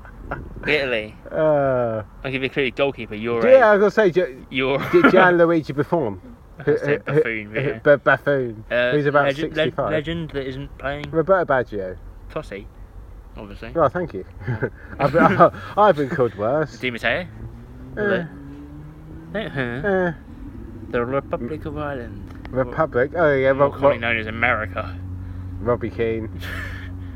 Italy. uh, I'll give you a clue. Goalkeeper. You're. yeah, I was going to say Gi- You're. Gi- Gianluigi Buffon. Who- said who- who- buffoon, but yeah. bu- Buffoon. uh, Who's about legend, le- 65. legend that isn't playing. Roberto Baggio. Totti. Obviously. Well, Oh, thank you. I've, been, I've been called worse. Di Matteo. Uh, The, uh, the Republic of Ireland. Republic. Oh, yeah. More Rob, commonly known as America. Robbie Keane.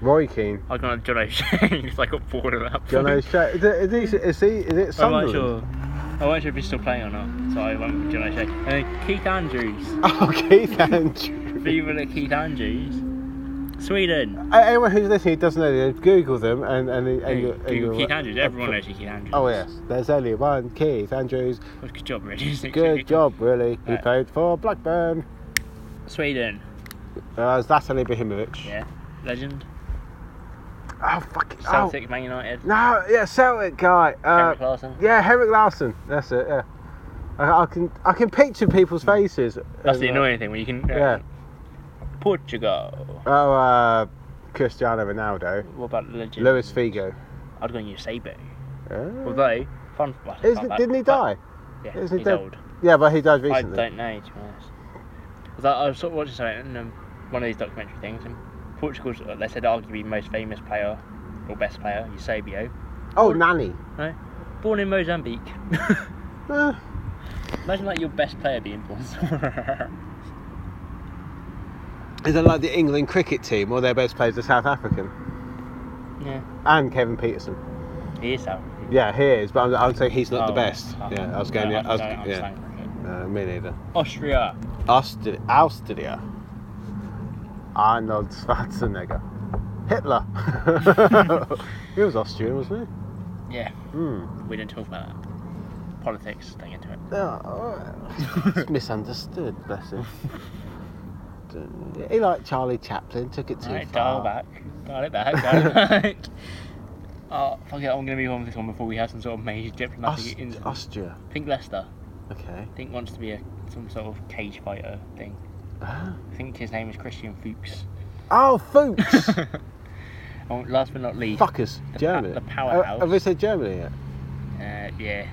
Roy Keane. I've gone with John O'Shea because I got bored of that. John point. O'Shea. Is, it- is, he, is, he, is it I'm not Sunderland? sure. I won't sure if he's still playing or not, so I won't do what I say. Uh, Keith Andrews. Oh, Keith Andrews. Viva la Keith Andrews. Sweden. Uh, Anyone who's listening who doesn't know, them, Google them and and, and, Hey, you- and Google you'll- Keith Andrews. Everyone knows who Keith Andrews. Oh is. yes, there's only one Keith Andrews. Well, Good job, really. isn't it? Good job, really. He Right. played for Blackburn. Sweden. Uh, Zlatan Ibrahimovic. Yeah. Legend. Oh fuck! it. Oh Celtic, Man United. no, yeah, Celtic guy. Uh, Henrik Larsson. yeah, Henrik Larsson. That's it. Yeah, I, I can I can picture people's faces. Hmm. That's the Uh, annoying thing when you can. Yeah. Portugal. Oh, uh, Cristiano Ronaldo, What about legend? Luis Figo. I'd go Eusebio. Uh, Although, fun. well, is, fun fact, didn't he but- die? Yeah, Isn't he's he dead? old. Yeah, but he died I recently. don't know, to be honest. 'Cause I, I was sort of watching something, and, um, one of these documentary things, and Portugal's, uh, they said, arguably most famous player, or best player, Eusebio. Oh, Nanny. Born in Mozambique. Uh, Imagine like your best player being born somewhere. is it like the England cricket team, or their best players are South African? yeah. And Kevin Peterson. He is South. Yeah, he is, but I'm, I would say he's not the Oh, best. okay. Yeah, I was going. No, yeah, I was, don't yeah, understand cricket. uh, me neither. Austria. Austria, Austria. Arnold Schwarzenegger. Hitler. he was Austrian, wasn't he? Yeah. Hmm. We don't talk about that. Politics, don't get into it. Oh, alright. It's misunderstood, bless him. Don't- He liked Charlie Chaplin, took it too Alright, dial far. back. Dial it back, dial it back. Oh, fuck it, I'm gonna be on this one before we have some sort of major diplomatic Aus- incident. Austria. Think Leicester. Okay. I think wants to be a some sort of cage fighter thing. Ah. I think his name is Christian Fuchs. Oh, Fuchs! oh, last but not least, Fuckers. The pa- Germany. the Oh, powerhouse. have we said Germany yet? Uh, yeah,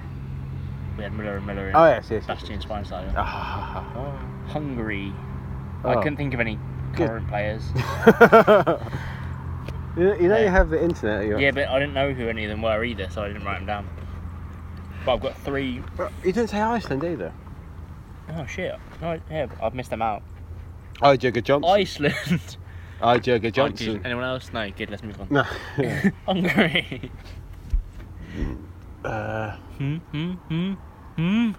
we had Miller and Miller in. Oh, yes, yes. yes. Bastian Schweinsteiger. Ah, ha, ha, ha. Hungary. I Oh. couldn't think of any Good. current players. Oh. you know, you, know you Yeah. have the internet. You, Yeah, but I didn't know who any of them were either, so I didn't write them down. But I've got three. you didn't say Iceland either. Oh shit! No, I- yeah, I've missed them out. I Jugger Johnson. Iceland. I Jugger Oh, geez, Anyone else? No. Good. Let's move on. No. Hungary. uh, Hmm. Hmm. Hmm. Hmm.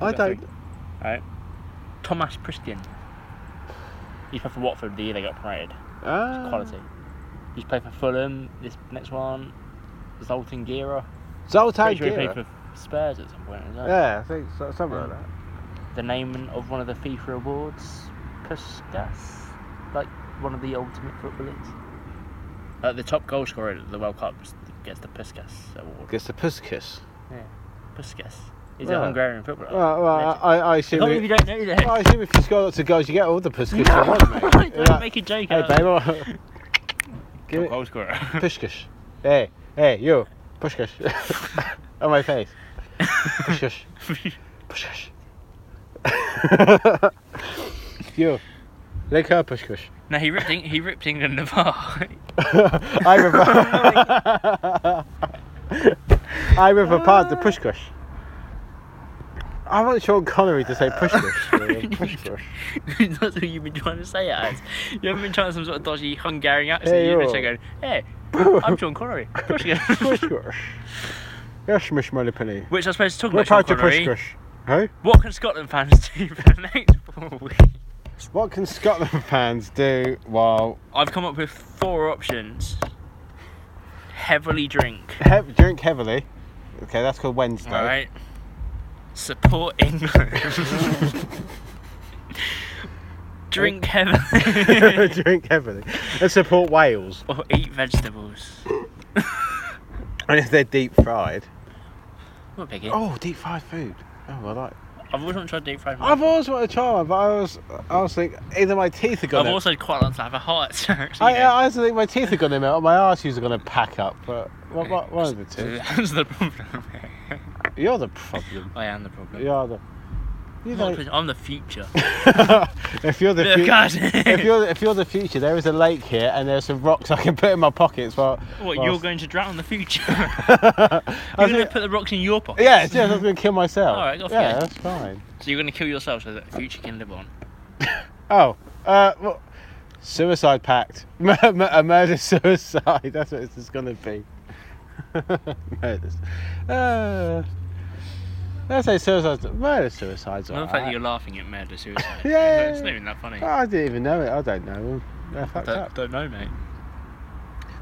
I Got don't. three. Thomas Priskin. He's played for Watford the year they got promoted. It's Uh, quality. He's played for Fulham. This next one, Zoltan Gira. Zoltan Pretty sure he played Gera. for Spurs at some point. as well. Yeah, I think so, something like that. The name of one of the FIFA awards, Puskas, like one of the ultimate footballers. Like the top goal scorer at the World Cup gets the Puskas award. Gets the Puskas. Puskas. He's Right. a Hungarian footballer. Well, well I, I I assume. can't believe you if- don't know this. I assume if you score lots of goals, you get all the Puskas you want, mate. Don't Yeah. make a joke uh, Hey, out of babe. I- Give Top it. goal scorer. Puskas. Hey, hey, you. Puskas. On my face. Puskas. Puskas. you. Lick her, Puskas. no, he ripped, Eng- he ripped England apart. I river. I river apart the Pushkush. I want Sean Connery to say Pushkush. Pushkush. That's what you've been trying to say it as. You haven't been trying some sort of dodgy Hungarian accent. Hey, You've been yo. saying, going, hey, I'm John Connery. Push again." Pushkush. Yes, Miss Malipini. Which I suppose talking We're about John proud to Connery. Pushkush. Hey? What can Scotland fans do for the next four weeks? What can Scotland fans do while I've come up with four options. Heavily drink. he- drink heavily? Okay, that's called Wednesday. Alright. Support England. drink heavily. drink heavily. And support Wales. or eat vegetables. And if they're deep fried. What a biggie. Oh, deep fried food. Oh, I like I've always wanted to try deep fried rice. I've always wanted to try one, but I was, I was thinking either my teeth are I've gonna. also quite like to have a heart attack. so, I, you I know. also think my teeth are gonna melt, or my arteries are gonna pack up. But what, what, one of the two. That's the problem. You're the problem. I am the problem. You're the. You I'm, not the know, problem, I'm the future. if you're the Look fu- at if it. you're if you're the future, there is a lake here, and there's some rocks I can put in my pockets. Well, What, whilst- you're going to drown the future? I you're was going gonna- to put the rocks in your pocket? yeah, it's just, I was gonna kill myself. All right, go for yeah, it. that's fine. So you're going to kill yourself so that the future can live on. Oh, uh, well, suicide pact, a murder suicide. That's what it's gonna be. murders. Uh, let's say suicides. Murder suicides. I Are love the fact that you're laughing at murder suicide. Yeah. It's not even that funny. I didn't even know it. I don't know. They're fucked don't, up. don't know, mate.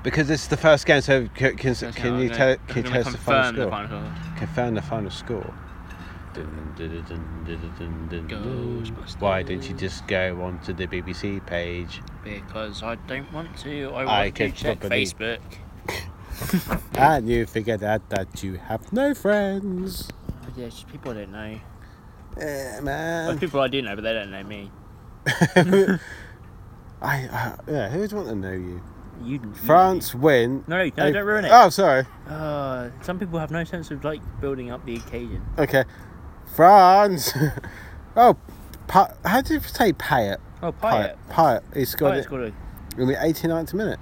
Because it's the first game, so c- can, can, That's can how I you know. tell? I'm Can you gonna tell us the final confirm score? the final Confirm the final score. Ghostbusters. Why didn't you just go onto the BBC page? Because I don't want to. I want I to can check probably- Facebook. And you figured out that you have no friends. Oh, yeah, it's just people I don't know. Yeah, Well, man. people I do know, but they don't know me. I, I, uh, yeah, who would want to know you? You France win. Mm. No, no, Ap- don't ruin it. Oh, sorry. Uh, some people have no sense of like building up the occasion. Okay. France. oh, pa- how did you say Payet? Oh, Pyatt. Payet. He scored Pyatt's it got a. in the 89th minute.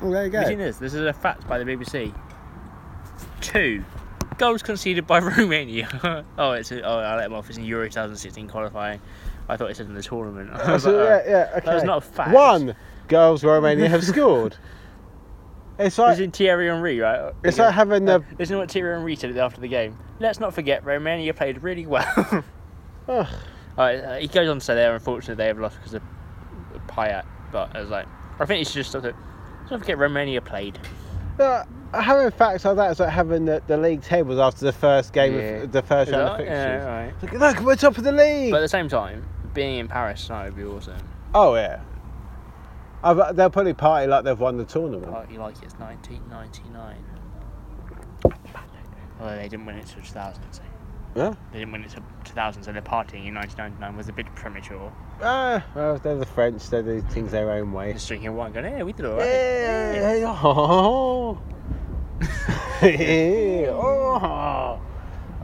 Oh, there you Have you seen go. this? This is a fact by the BBC. Two goals conceded by Romania. oh, it's a, oh, I let him off. It's in Euro 2016 qualifying. I thought it said in the tournament. I was So, like, yeah, oh. yeah, okay. that was not a fact. One girls Romania have scored. It's It was like in Thierry Henry, right? it's like having Uh, the Listen to what Thierry Henry said after the game. Let's not forget, Romania played really well. Ugh. Alright, uh, he goes on to say there, unfortunately, they have lost because of Payet. But I was like, I think he should just stop it. Let's not forget, Romania played. uh, having facts like that. It's like having the, the league tables after the first game Yeah. of the first Is round that- of fixtures. yeah, alright. It's like, Look, we're top of the league. But at the same time, being in Paris tonight would be awesome. oh yeah. I bet they'll probably party like they've won the tournament. Party like it's 1999. Although they didn't win it till 2000, so. Yeah. They didn't win it till 2000, so their partying in 1999 was a bit premature. Ah, well, they're the French. They do things their own way. Just drinking wine, going, "Yeah, we did alright." Eh, oh. Eh, oh.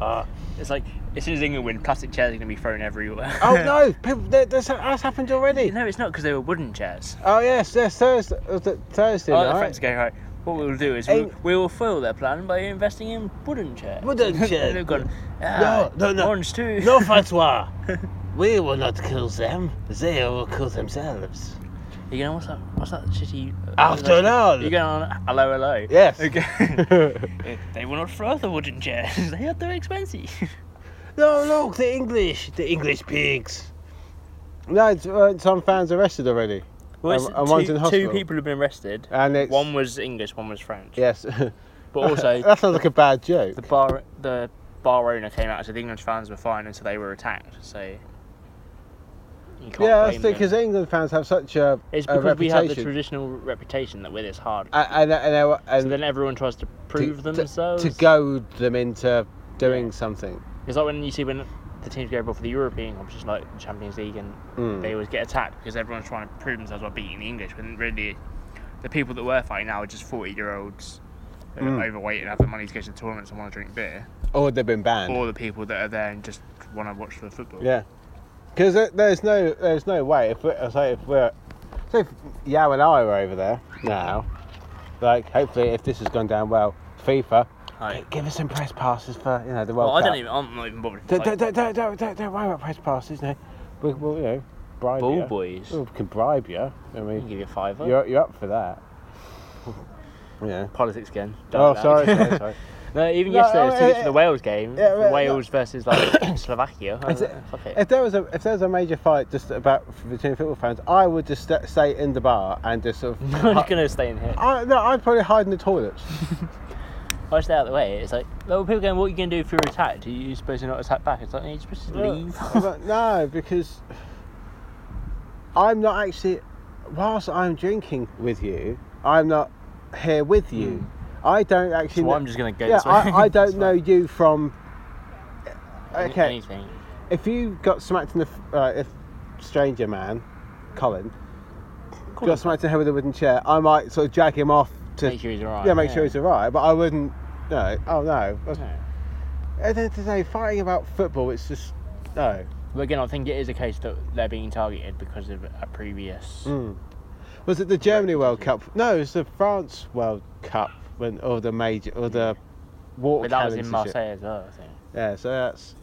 Ah. It's like as soon as England win, plastic chairs are gonna be thrown everywhere. Oh no! People, that, that's, that's happened already. No, it's not because they were wooden chairs. Oh yes, yes, Thursday, was it Thursday Oh, the night. French go right. What we'll do is we'll, Ain't- we will foil their plan by investing in wooden chairs. Wooden chairs. They've gone. Ah, no, no. Orange too. No, Francois, we will not kill them. They will kill themselves. You're going. What's that? What's that shitty? After all. You're going on. Hello, hello. Yes. Okay. they will not throw the wooden chairs. They are too expensive. no, look, the English, the English pigs. No, it's, uh, some fans arrested already, Well, And- it's and two, one's in two hospital. people have been arrested. and it's One was English. One was French. yes. But also, that sounds like a bad joke. the bar the bar owner came out, so the English fans were fine until they were attacked. So you can't Yeah, blame that's them. because England fans have such a, it's a because we have the reputation, traditional reputation that we're this hard. A- and and, and, so and then everyone tries to prove to, themselves. to goad them into doing Yeah. something. It's like when you see when the teams go for the European competition, like the Champions League, and Mm. they always get attacked because everyone's trying to prove themselves by beating the English. When really, the people that were fighting now are just forty-year-olds. that are Mm. Overweight and have the money to go to the tournaments and want to drink beer, Or they've been banned. or the people that are there and just want to watch the football. Yeah, because there's no there's no way if we're say if we're say if Yao and I were over there now, like hopefully if this has gone down well, FIFA Aye. gi- give us some press passes for you know the World Well, I Cup. don't even. I'm not even bothered. Don't, don't, don't, don't, don't, don't, don't worry about press passes. No, we, we'll you know bribe Ball you. boys. Well, we can bribe you. I I can mean, give you a fiver. you're you're up for that. Yeah. Politics again. Oh, Don't sorry, know. sorry, sorry. no, even No, yesterday, I was uh, tickets for uh, the Wales game. yeah, for well, Wales versus like Slovakia. I was Is it- like, Fuck it. If there was a if there was a major fight just about between football fans, I would just st- stay in the bar and just sort of I'm just gonna stay in here. I, no, I'd probably hide in the toilets. I stay out of the way. It's like, well, people going, what are you gonna do if you're attacked? Are you supposed to not attack back? It's like, you're supposed to leave. but no, because I'm not actually. Whilst I'm drinking with you, I'm not here with you. I don't actually. Hmm. so kn- I'm just gonna go yeah, this way. I, I It's don't know fine. you from. Any- Okay, Anything. if you got smacked in the f- uh, if stranger man, Colin, Cool. got smacked in the head with a wooden chair, I might sort of drag him off to Make sure he's alright. yeah, make sure he's alright. But I wouldn't. No, oh no. No. At the end of the day, fighting about football, it's just no. But again, I think it is a case that they're being targeted because of a previous. Mm. Was it the Germany World Cup? No, it was the France World Cup when or the major or the water But that was in cannons and shit. Marseille as well, I think. Yeah, so that's.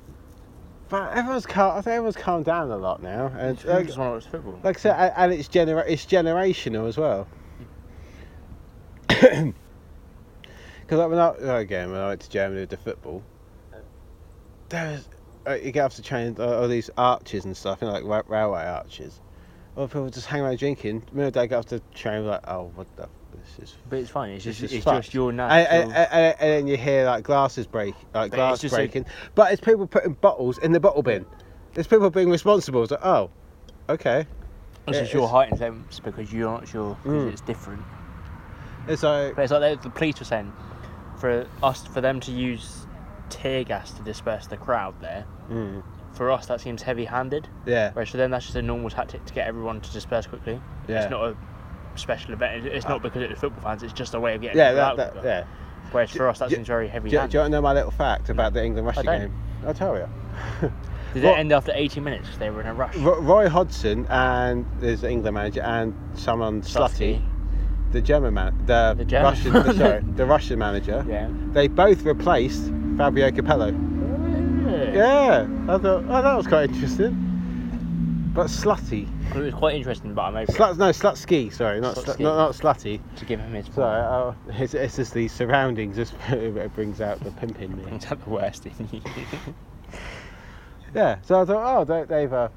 But everyone's calm. I think everyone's calmed down a lot now, and uh, It's like, just one of those football. like I said, a- and it's genera- it's generational as well. because like when I uh, again when I went to Germany with the football, there was uh, you get off the train uh, all these arches and stuff, you know, like ra- railway arches. All people just hang around drinking. Me and Dad got off the train like, oh, what the this is. But it's fine. It's just This is it's fucked. just your And, natural. and, and, and- and then you hear like glasses break, like But it's glass just like- breaking. But it's people putting bottles in the bottle bin. It's people being responsible. It's like, oh, okay. it's it- just your it's- height and sense because you're not sure because Mm. it's different. It's like, But it's like they- the police were saying for us for them to use tear gas to disperse the crowd there. mm, For us, that seems heavy-handed. yeah, Whereas for them, that's just a normal tactic to get everyone to disperse quickly. Yeah. It's not a special event. It- It's not because it's football fans. It's just a way of getting yeah, people that, out that, quicker. yeah. Whereas for us, that do- seems Do, very you- do heavy-handed. you want to know my little fact about the England Russia I don't. game? I'll tell you. Did Well- it end after 80 minutes? 'cause They were in a rush. Ro- Roy Hodgson and there's the England manager and someone Slutty, the German man, the, The German- Russian, the, sorry, the Russian manager. Yeah. They both replaced Fabio Capello. Yeah, I thought oh, that was quite interesting. But Slutty, It was quite interesting, but I'm over Slut, no Slutsky, sorry, not Slut, Slutsky. not, not Slutty. it to give him his Sorry, oh, it's, it's just the surroundings. Just it brings out the pimp in me. Brings out the worst in you. Yeah, so I thought, oh, they, they've uh,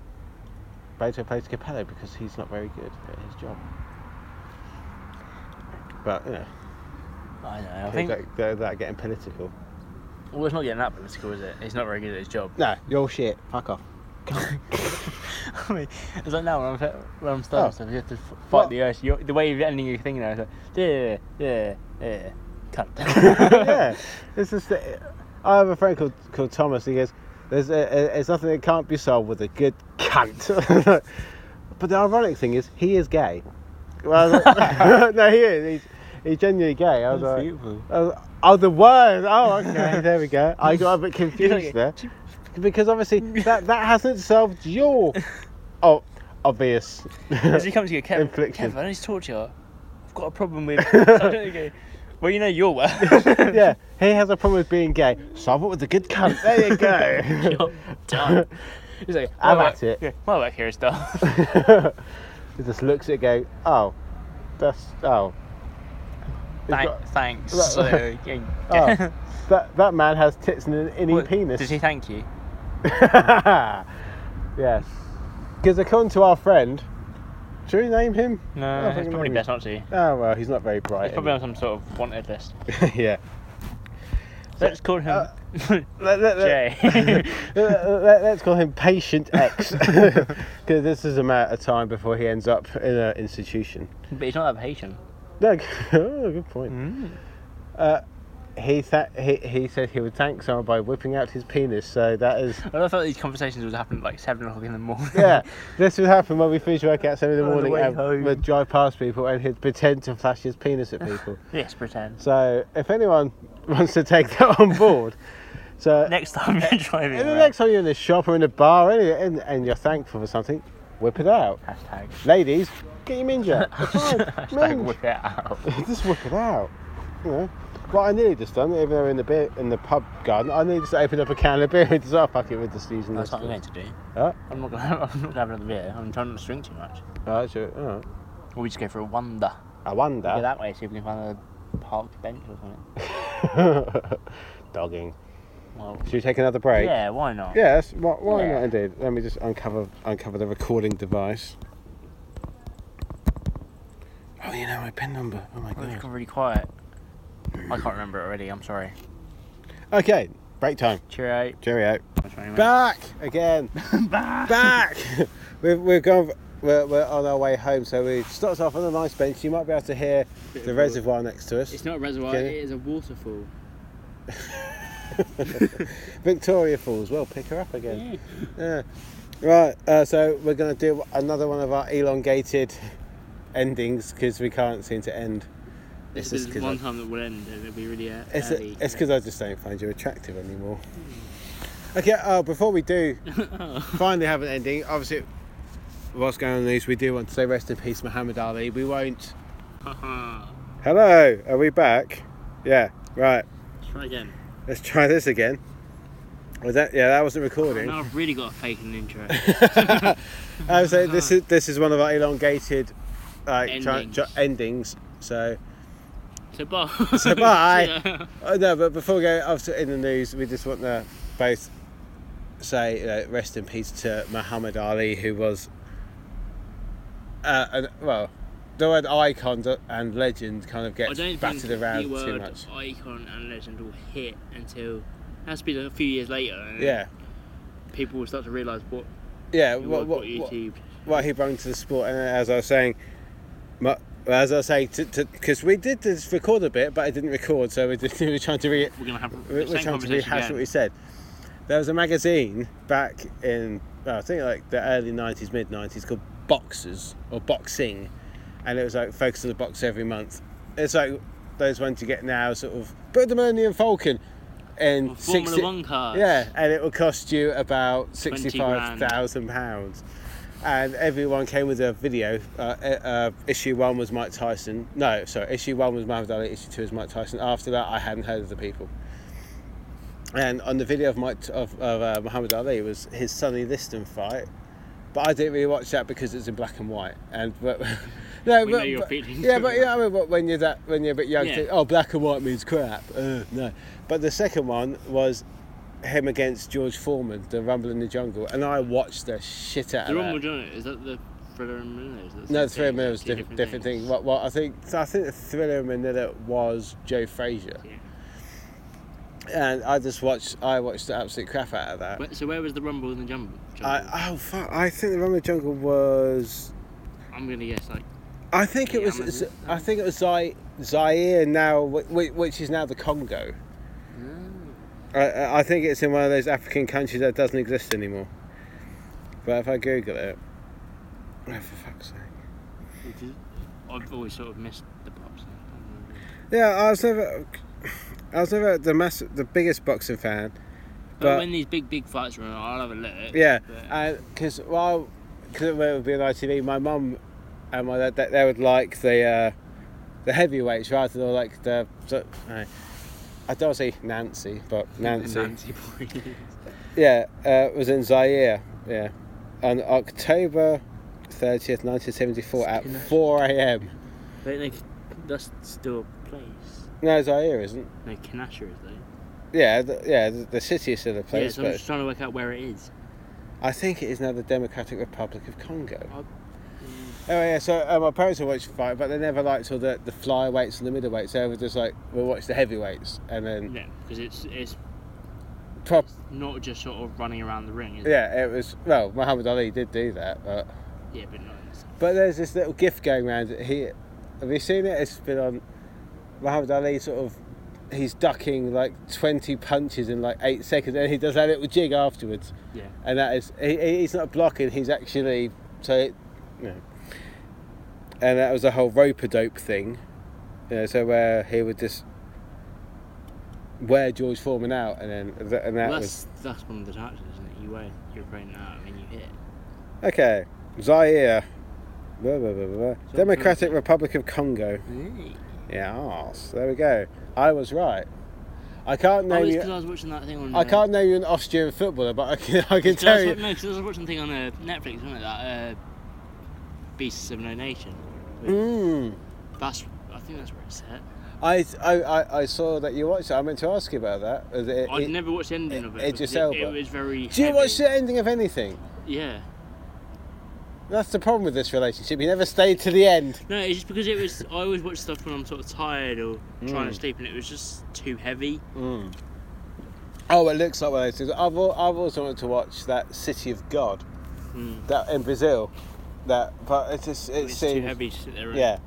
Beto plays Capello because he's not very good at his job. But you know, I know. I they're think, that, they're that getting political. well, it's not getting that political, is it? It's not very good at his job. No, you're shit. Fuck off. I mean, it's like now when I'm, fe- when I'm starting Oh. stuff, you have to f- fight Well- the urge. You're, the way you're ending your thing now is like, yeah, yeah, yeah, cunt. yeah, it's just. that- I have a friend called, called Thomas. He goes, "There's a, a, it's nothing that can't be solved with a good cunt." but the ironic thing is, he is gay. Well, no, he is. He's, he's genuinely gay. I was like, beautiful. Oh, oh, the word. Oh, okay. There we go. I got a bit confused there because obviously that that hasn't solved your oh obvious. As he comes to you, Kev, Infliction. Kev, I need to talk to you. I've got a problem with. I don't think I- well, you know your work. yeah, he has a problem with being gay. Solve it with a good cunt. There you go. You're done. He's like, I'm "My at work- it." yeah, My work here is done. he just looks at it, go, oh, that's oh. He's got- Thank, thanks. Look. So, yeah, Oh, that that man has tits and an innie What- penis. Did he thank you? yes. Because according to our friend, should we name him? I No, don't it's think we probably name best not to. It's Oh well, he's not very bright. probably on some sort of wanted list. yeah. Let's call him uh, Let, let, let- Jay. let, us call him Patient X, because this is a matter of time before he ends up in an institution. but he's not that Haitian. No, oh, good point. Hmm. Uh, he, tha- he he said he would thank someone by whipping out his penis. So that is I thought these conversations would happen at like seven o'clock in the morning. yeah. This would happen when we finish work out seven in the On the morning way and home. we'd drive past people and he'd pretend to flash his penis at people. yes, pretend. so if anyone wants to take that on board, so Next time you're driving. And the around. next time you're in a shop or in a bar any, and, and you're thankful for something, whip it out. Hashtag. Ladies, get your minja. It's fine. Hashtag whip it out. Minge. just whip it out. You know. What I nearly just done, even though we're in the beer, in the pub garden, I nearly just opened up a can of beer and just oh, fuck it with the season. That's what I'm going to do. Huh? I'm not going to I'm not gonna have another beer. I'm trying not to drink too much. Oh, sure. oh, Or we just go for a wander. I Go wonder. that way, see if we can find a park bench or something. Dogging. Well, Should we take another break? yeah, why not? Yes, why, why Yeah. not indeed? Let me just uncover uncover the recording device. Oh, you know my pin number. Oh my Well, It's god. got really quiet. I can't remember it already. I'm sorry. Okay, break time. Cheerio. Cheerio. I'm trying to Back again. remember. Bye. Back. we're we're going. We're, we're on our way home, so we stopped off on a nice bench. You might be able to hear the reservoir next to us. It's not a reservoir, Okay. it is a waterfall. Victoria Falls. Well, pick her up again. Yeah. Right. Uh, so we're going to do another one of our elongated endings because we can't seem to end. This It's is just 'cause one I- time that will end and it'll be really e-, uh, It's early. it's because I just don't find you attractive anymore. Okay. Oh, before we do finally have an ending. Obviously, what's going on in the news? We do want to say rest in peace, Muhammad Ali. We won't. Hello, are we back? Yeah, right. Try again. Let's try this again. Was that? Yeah, that wasn't recording. Now I've really got to fake an intro. I was saying this is this is one of our elongated like, try- Endings. try- endings. So So bye. So bye. See ya. Oh, no, but before we go obviously in the news, we just want to both say you know, rest in peace to Muhammad Ali, who was, uh, an, well, the word icon d- and legend kind of I gets don't battered think around the word too much. icon and legend will hit until it has to be a few years later. And Yeah, People will start to realise what, yeah. what, What, what, what, YouTube. what he brought to the sport, and as I was saying, mu- well, as I was saying, because we did this record a bit, but I didn't record, so we, did, we were trying to re- We're gonna have we- the we're same trying to conversation rehash again. what we said. There was a magazine back in, well, I think like the early 90s, mid 90s called Boxers or Boxing, and it was like focus on the box every month. It's like those ones you get now, sort of, but the Millennium Falcon. And Or Formula 60 One cars. Yeah, and it will cost you about 20 sixty-five grand. thousand pounds. And everyone came with a video. Uh, uh, issue one was Mike Tyson. No, sorry, issue one was Muhammad Ali. Issue two was Mike Tyson. After that, I hadn't heard of the people. And on the video of Mike of, of uh, Muhammad Ali was his Sonny Liston fight, but I didn't really watch that because it's in black and white. And but no, We but, know your but- feelings. yeah, but yeah, I mean, but when you're that when you're a bit young, Yeah. think, oh, black and white means crap. Uh, no, but the second one was him against George Foreman, the Rumble in the Jungle, and I watched the shit out The of Rumble that. Giant, is that the Thriller and Manila? Is that the Uh, No, same the Thriller thing? Manila was Two different, different things. thing. What, what I think, so I think the Thriller in Manila was Joe Frazier, Yeah. and I just watched, I watched the absolute crap out of that. Where- So where was the Rumble in the Jumble? Jungle? I, oh fuck! I think the Rumble in the Jungle was I'm gonna guess like I think it The was. Amazon- I think it was Zai- Zaire now, whi- whi- which is now the Congo. I- I, I think it's in one of those African countries that doesn't exist anymore. But if I Google it, oh, for fuck's sake. which is- I've always sort of missed the pops. I don't know. Yeah, I was never. I was never the mass, the biggest boxing fan. But, But- when these big big fights run, I'll have a look. Yeah, Uh, but- because while because it would be on ITV, my mum and my dad they, they would like the uh, the heavyweights rather than like the. So, I, I don't say Nancy, but Nancy. Nancy Boyd. Yeah, uh, it was in Zaire. Yeah, on October thirtieth, nineteen seventy-four, at Spinach. four a.m. Don't they? That's still a place. No, Zaire isn't. No, Kanasha is though. Yeah, the, yeah, the, the city is still a Yeah, place, so I'm but just trying to work out where it is. I think it is now the Democratic Republic of Congo. Oh yeah, so uh, my parents would watch the fight, but they never liked all the the flyweights and the middleweights. They were just like, we'll watch the heavyweights, and then No, because it's it's prop. not just sort of running around the ring. Is Yeah, it was. Well, Muhammad Ali did do that, but It? Yeah, but not. in this- but there's this little gift going around. He, have you seen it? It's been on. Muhammad Ali sort of, he's ducking like twenty punches in like eight seconds, and he does that little jig afterwards. Yeah. and that is he, he- he's not blocking he's actually so it, you know. and that was the whole rope a dope thing you know so where he would just wear George Foreman out and then th- and that Well, was that's that's one of the tactics, isn't it? You wear your opponent out and then you hit. okay Zaire blah, blah, blah, blah, blah. So- Democratic Republic of Congo Really? yes oh, there we go I was right I can't oh, name it's because I you was watching that thing on. I uh, can't name you an Austrian footballer but I can, I can it's 'cause tell I was, you wa- No, because I was watching a thing on uh, Netflix, wasn't it? That uh, Beasts of No Nation. Mm. That's I think that's where it's set. Hmm. I, I, I- I saw that you watched it. I meant to ask you about that. Is it- I'd it- never watched the ending it- of it. Idris because It, Elba. it was very. do you heavy. watch the ending of anything? Yeah. That's the problem with this relationship. You never stayed to the end. No, it's just because it was. I always watch stuff when I'm sort of tired or Mm. trying to sleep, and it was just too heavy. Oh, it looks like one of those things. I've, al- I've also wanted to watch that City of God, Mm. that in Brazil. That, but it just it It's seems too heavy to sit there. and- yeah.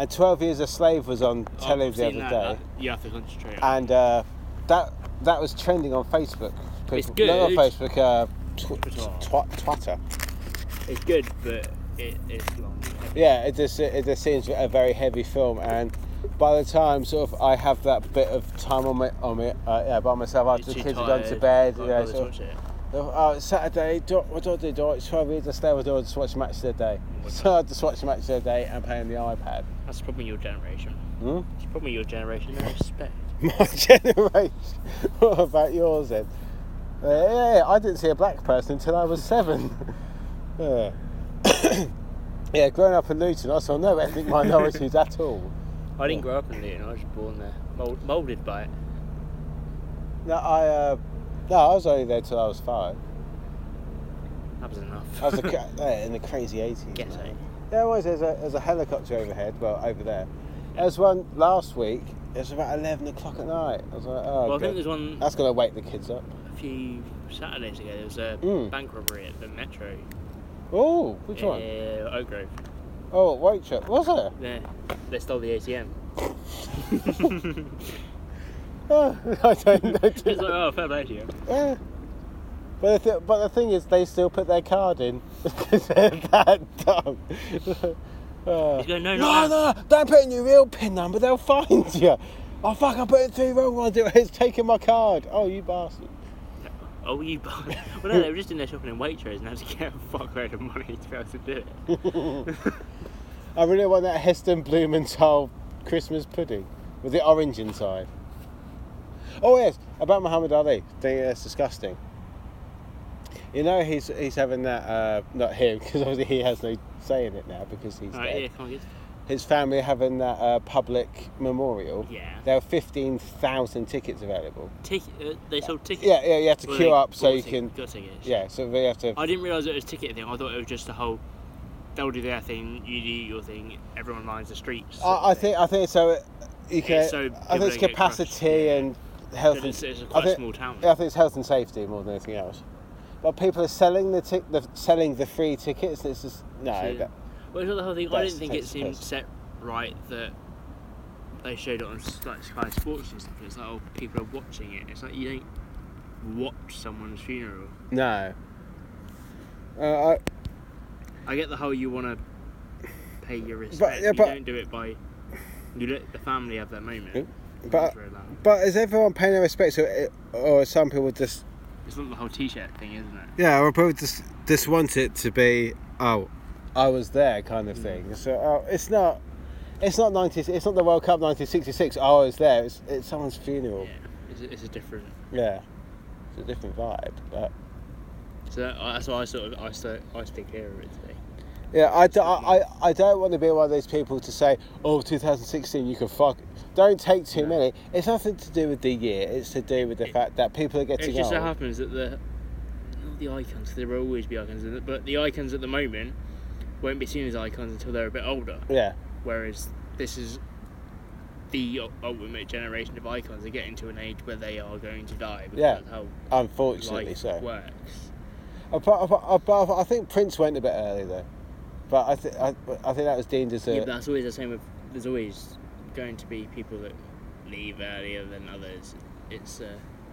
And Twelve Years a Slave was on I've telly the seen other day, that, that- you have to concentrate. on. and uh, that that was trending on Facebook. People, It's Not on good. Facebook. Uh, tw- Twitter. tw- Twitter. Ah. It's good, but it, it's long. yeah, it just it just seems a very heavy film, and by the time sort of I have that bit of time on my on my uh, yeah by myself after It's the too kids have gone to tired, bed, can't you bother know, to so, watch it. oh it's Saturday, do, what do I do? Do I watch twelve years of stay or do I just watch match of the day? What's So I just watch match of the day and play on the iPad. That's probably your generation. Hmm? It's probably your generation. No respect. My generation. what about yours then? Uh, yeah, yeah, I didn't see a black person until I was seven. yeah. yeah, growing up in Luton, I saw no ethnic minorities at all. I didn't grow up in Luton. I was born there, mold, molded by it. No, I. Uh, no, I was only there till I was five. That was enough. I was a, ca- yeah, in the crazy eighties. Guess so. There was there's a there's a helicopter overhead. Well, over there. There was one last week. It was about eleven o'clock at night. I was like, oh, Well, I God. think there's one that's gonna wake the kids up. a few Saturdays ago. There was a Mm. bank robbery at the Metro. Oh, which yeah, one? Oak Grove. Oh, Whitechapel. Was it? Yeah, they stole the ATM. Oh, I don't know. it's like, oh, fair play to you. Yeah. But the, th- but the thing is, they still put their card in because they're that dumb. Uh, He's going, "No, no, not no, don't put in your real PIN number, they'll find you. Oh, fuck, I put in three wrong ones, it was taking my card. Oh, you bastard. Oh, you bought. Well, no, they were just in there shopping in Waitrose and had to get a fuckload of money to be able to do it. I really want that Heston Blumenthal Christmas pudding with the orange inside. Oh yes, about Muhammad Ali. Thing that's disgusting. You know he's he's having that uh, not him because obviously he has no say in it now because he's Alright, dead. Oh, yeah, come on, kids. His family having that uh, public memorial. Yeah. There are fifteen thousand tickets available. Tick- uh, they sold tickets. Yeah, yeah. You have to Well, queue they up so bought you tic- can. Got tickets. Yeah, so they have to. I didn't realise it was a ticket thing. I thought it was just a whole. They'll do their thing, you do your thing, everyone lines the streets. sort of I, I thing. think I think so. uh, You can, so I people think it's don't get crushed, capacity yeah. and health. and- But it's, it's a I quite think- small town. Yeah, I think it's health and safety more than anything else. But people are selling the, tic- the selling the free tickets. It's just no. So, that- Well, it's not the whole thing. I That's didn't think it takes the seemed piss. set right that they showed it on s- like Sky Sports and stuff. It's like, oh, people are watching it. It's like you don't watch someone's funeral. no. Uh, I, I get the whole you want to pay your respect. yeah, but- you don't do it by you let the family have their moment. but Throw that. but is everyone paying their respects, or, or some people just it's not the whole T-shirt thing, isn't it? yeah, or people just just want it to be oh, I was there kind of thing. So oh, it's not. It's not 90, It's not the World Cup 1966. Oh, I was there. It's, it's someone's funeral. Yeah, it's, a- it's a different. Yeah. It's a different vibe. But So that, uh, that's why I sort of I, st- I stick clear of it today. Yeah, I, do, I, I- I don't want to be one of those people to say, oh, 2016, you can fuck. Don't take too No. many. It's nothing to do with the year, it's to do with the It- fact that people are It getting just old. so happens that the not the icons there will always be icons, in it, but the icons at the moment won't be seen as icons until they're a bit older. yeah, Whereas this is the u- ultimate generation of icons are getting to an age where they are going to die because Yeah, that's how unfortunately life so. works. Apart, apart, apart, I think Prince went a bit early, though. But I, th- I, I think that was deemed as a. yeah, but that's always the same with. There's always going to be people that leave earlier than others. It's uh,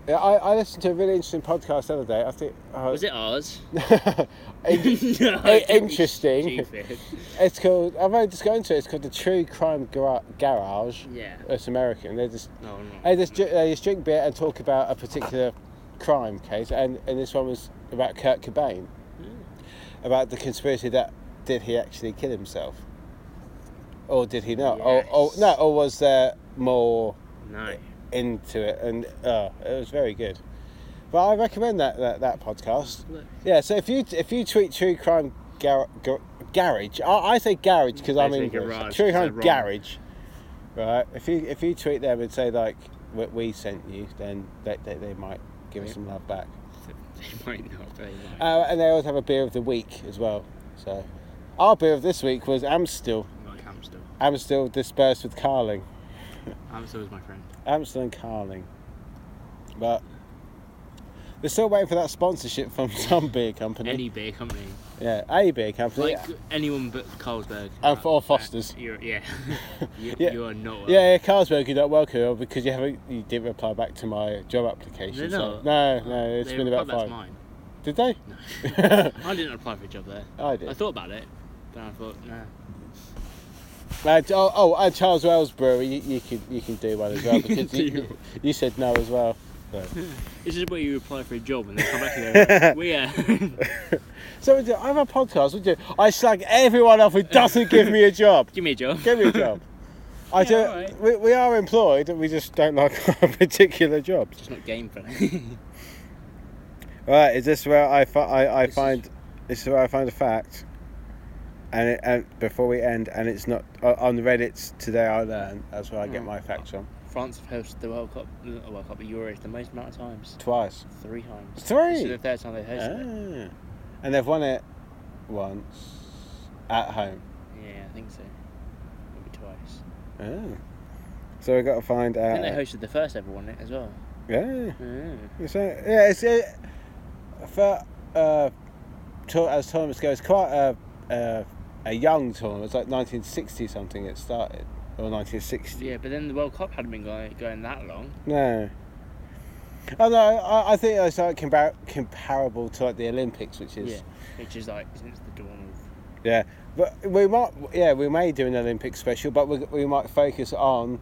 Yeah, I, I listened to a really interesting podcast the other day. I think. Uh, was it ours? it? No, i- don't be interesting. stupid. it's called. I've only just got into it. It's called The True Crime Gar- Garage. Yeah. It's American. They're just No, no. They just, dri- they just drink uh, beer and talk about a particular crime case, and, and this one was about Kurt Cobain, about the conspiracy that did he actually kill himself, or did he not, or, or Yes. no, or was there more no. into it? And uh, it was very good. But I recommend that that, that podcast. Look. Yeah. So if you if you tweet true crime gar- gar- garage, I, I say garage because I'm They say English. garage true crime 'cause they're wrong. garage. Right. If you if you tweet them and say like what we sent you, then they, they, they might give us Yeah. some love back. They might not. They might. Uh, and they always have a beer of the week as well. So our beer of this week was Amstel. like Amstel. Amstel dispersed with Carling. Amstel is my friend. Amstel and Carling. But we're still waiting for that sponsorship from some beer company. Any beer company, yeah, a beer company. like anyone but Carlsberg. And for- or Foster's. Uh, you're, yeah. you, Yeah. you are not. Yeah, yeah, Carlsberg, you're not welcome because you haven't you didn't reply back to my job application. They're so- not. No, no, it's They been replied, about five. That's mine. Did they? No. I didn't apply for a job there. I did. I thought about it, but I thought, nah. Uh, oh, oh, and Charles Wells Brewery, you, you can you can do one as well because you, you, you said no as well. This is where you apply for a job and they come back and go, we uh, are. So we do, I have a podcast. We do. I slag everyone off who doesn't give me a job. Give me a job. Give me a job. I Yeah, do. alright. We, we are employed, and we just don't like our particular jobs. It's not game friendly. Right, is this where I, fi- I, I This is- find this is where I find a fact? and, it, and before we end, and it's not o- on Reddit today. I learned that's where I get Mm. my facts from. France have hosted the World Cup, not the World Cup, the Euros the most amount of times. Twice. Three times. This is Three. the third time they've hosted it. Ah. And they've won it once at home. Yeah, I think so. Maybe twice. Oh. So we've got to find I out. think they hosted the first ever one it as well. yeah. Yeah. So, yeah, it's uh, for uh, tour, as tournaments go, it's quite a, a a young tournament. It's like 1960 something it started, or 1960. Yeah, but then the World Cup hadn't been going, going that long. No. Oh no, I, I think it's like compar- comparable to like the Olympics, which is. Yeah. Which is like since the dawn But we might, yeah, we may do an Olympic special, but we, we might focus on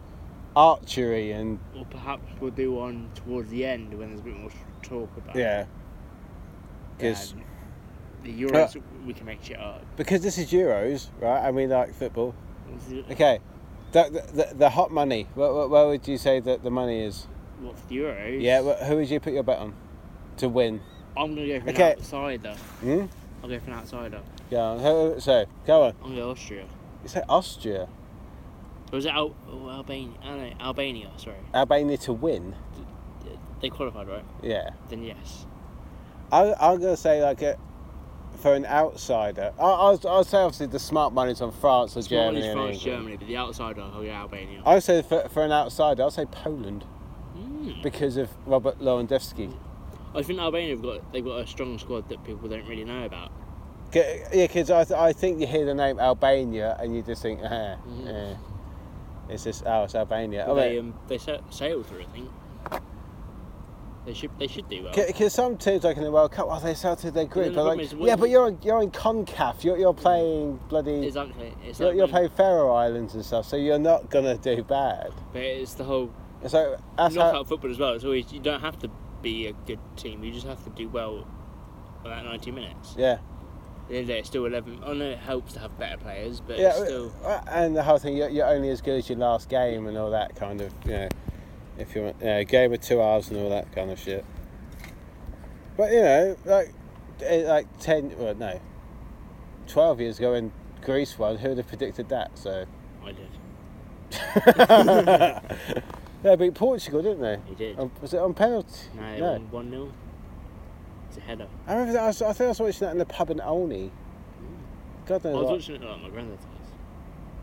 archery and of, or perhaps we'll do one towards the end when there's a bit more to talk about. yeah. Uh, Because And the Euros, we can make shit up. because this is Euros, right? And we like football. What's the- Okay, the, the, the- the hot money. Where, where, where would you say that the money is? What's the Euros? Yeah, wh- who would you put your bet on to win? I'm gonna go for Okay. an outsider. Hmm? I'll go for an outsider. Go on. Who, so, go on. I'm gonna go Austria. You say Austria, Or is it Al- oh, Albania? I don't know, Albania, sorry. Albania to win. They qualified, right? Yeah, Then yes. I, I'm gonna say like a, for an outsider. I, I'll, I'll say obviously the smart money's on France or Small Germany. is and France, England. Oh. Germany, but the outsider, I'll go Albania. I would say for, for an outsider, I'll say Poland Mm. because of Robert Lewandowski. I think Albania have got they've got a strong squad that people don't really know about. C- Yeah, because I, th- I think you hear the name Albania and you just think, eh, Mhm. eh. it's just oh, it's Albania. I mean, they um, they sa- sailed through, I think. They should they should do well. Because some teams like in the World Cup, oh, they started their then group. the but problem like, is, yeah, what- but you're you're in Concaf. You're you're playing bloody. Exactly. It's You're, like you're when- playing Faroe Islands and stuff, so you're not gonna do bad. but it's the whole And So that's knockout how. football as well. It's always you don't have to be a good team. You just have to do well for that ninety minutes. Yeah, At the end of the day, it's still eleven. I know it helps to have better players, but yeah, it's still uh, and the whole thing. You're, you're only as good as your last game and all that kind of. You know, if you want, you know, game with two halves and all that kind of shit. But you know, like, eh, like ten, well, no, twelve years ago when Greece won, who would have predicted that? So. I did. they beat Portugal, didn't they? He did. On, was it on penalty? no, one 0 It's a header. I remember that. I, was, I think I was watching that in the pub in Olney. God I knows. was what. watching it at my granddad's house.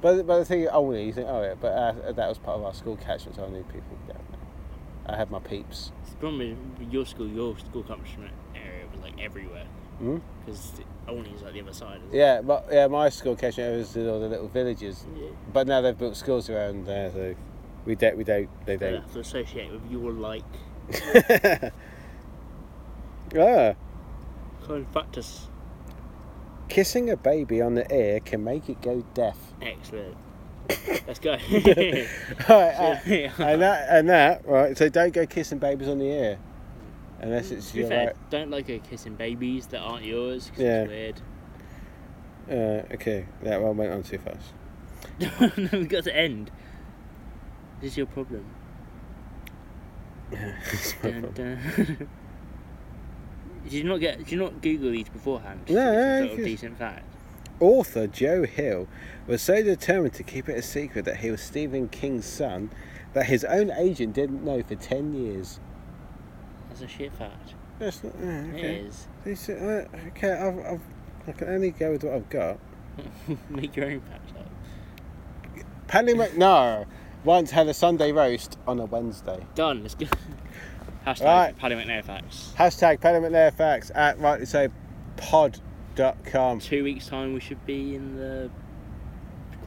But, but the thing, Olney, you think, oh yeah, but uh, that was part of our school catchment, so I knew people down there. I had my peeps. The problem is with your school, your school accomplishment area was like everywhere. Hmm? Because only is like the other side. Isn't Yeah, but yeah, my school catchment area was in all the little villages, It? Yeah. but now they've built schools around there, so we don't, we don't, they They don't. have to associate with your like ah, kind of factors. kissing a baby on the ear can make it go deaf. Excellent. Let's go. Right, uh, and that and that right. So don't go kissing babies on the ear, unless it's to be your fair, right. don't like her kissing babies that aren't yours 'cause Yeah. it's weird. Uh, okay, that one went on too fast. no, we've got to end. This is your problem. It's my Dun, fault. dun. Did you not get? Did you not Google these beforehand? No, Some no, sort of it's- decent fact. Author Joe Hill was so determined to keep it a secret that he was Stephen King's son that his own agent didn't know for ten years. That's a shit fact. That's not, yeah, okay. It is. These- uh, okay, I've, I've, I can only go with what I've got. Make your own fact up. Paddy McNair once had a Sunday roast on a Wednesday. Done. Let's go. Hashtag Right. Paddy McNair facts. Hashtag Paddy McNair facts at rightly so pod.com. Two weeks time, we should be in the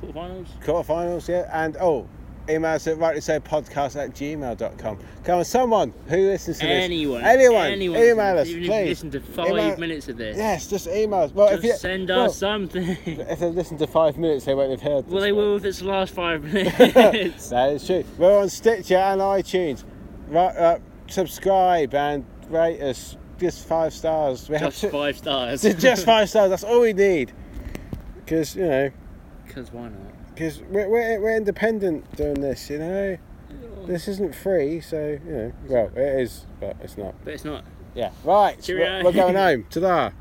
quarterfinals. quarterfinals, yeah. And oh, emails at rightly so podcast at gmail.com. Come on, someone who listens to this. Anyone, Anyone. anyone, Email us, even please. if you listen to five Email- minutes of this, Yes, just emails. Well, just if you send well, us something. If they've listened to five minutes, they won't have heard. well, this they one. will if it's the last five minutes. that is true. We're on Stitcher and iTunes. Right, uh, subscribe and rate us. Just five stars. We just have two, five stars. just five stars. That's all we need. Because you know, Because why not? because we're, we're we're independent doing this. You know. This isn't free, so you know. Well, it is, but it's not. But it's not. Yeah. Right. Cheerio. We're, we're going home. Ta-da.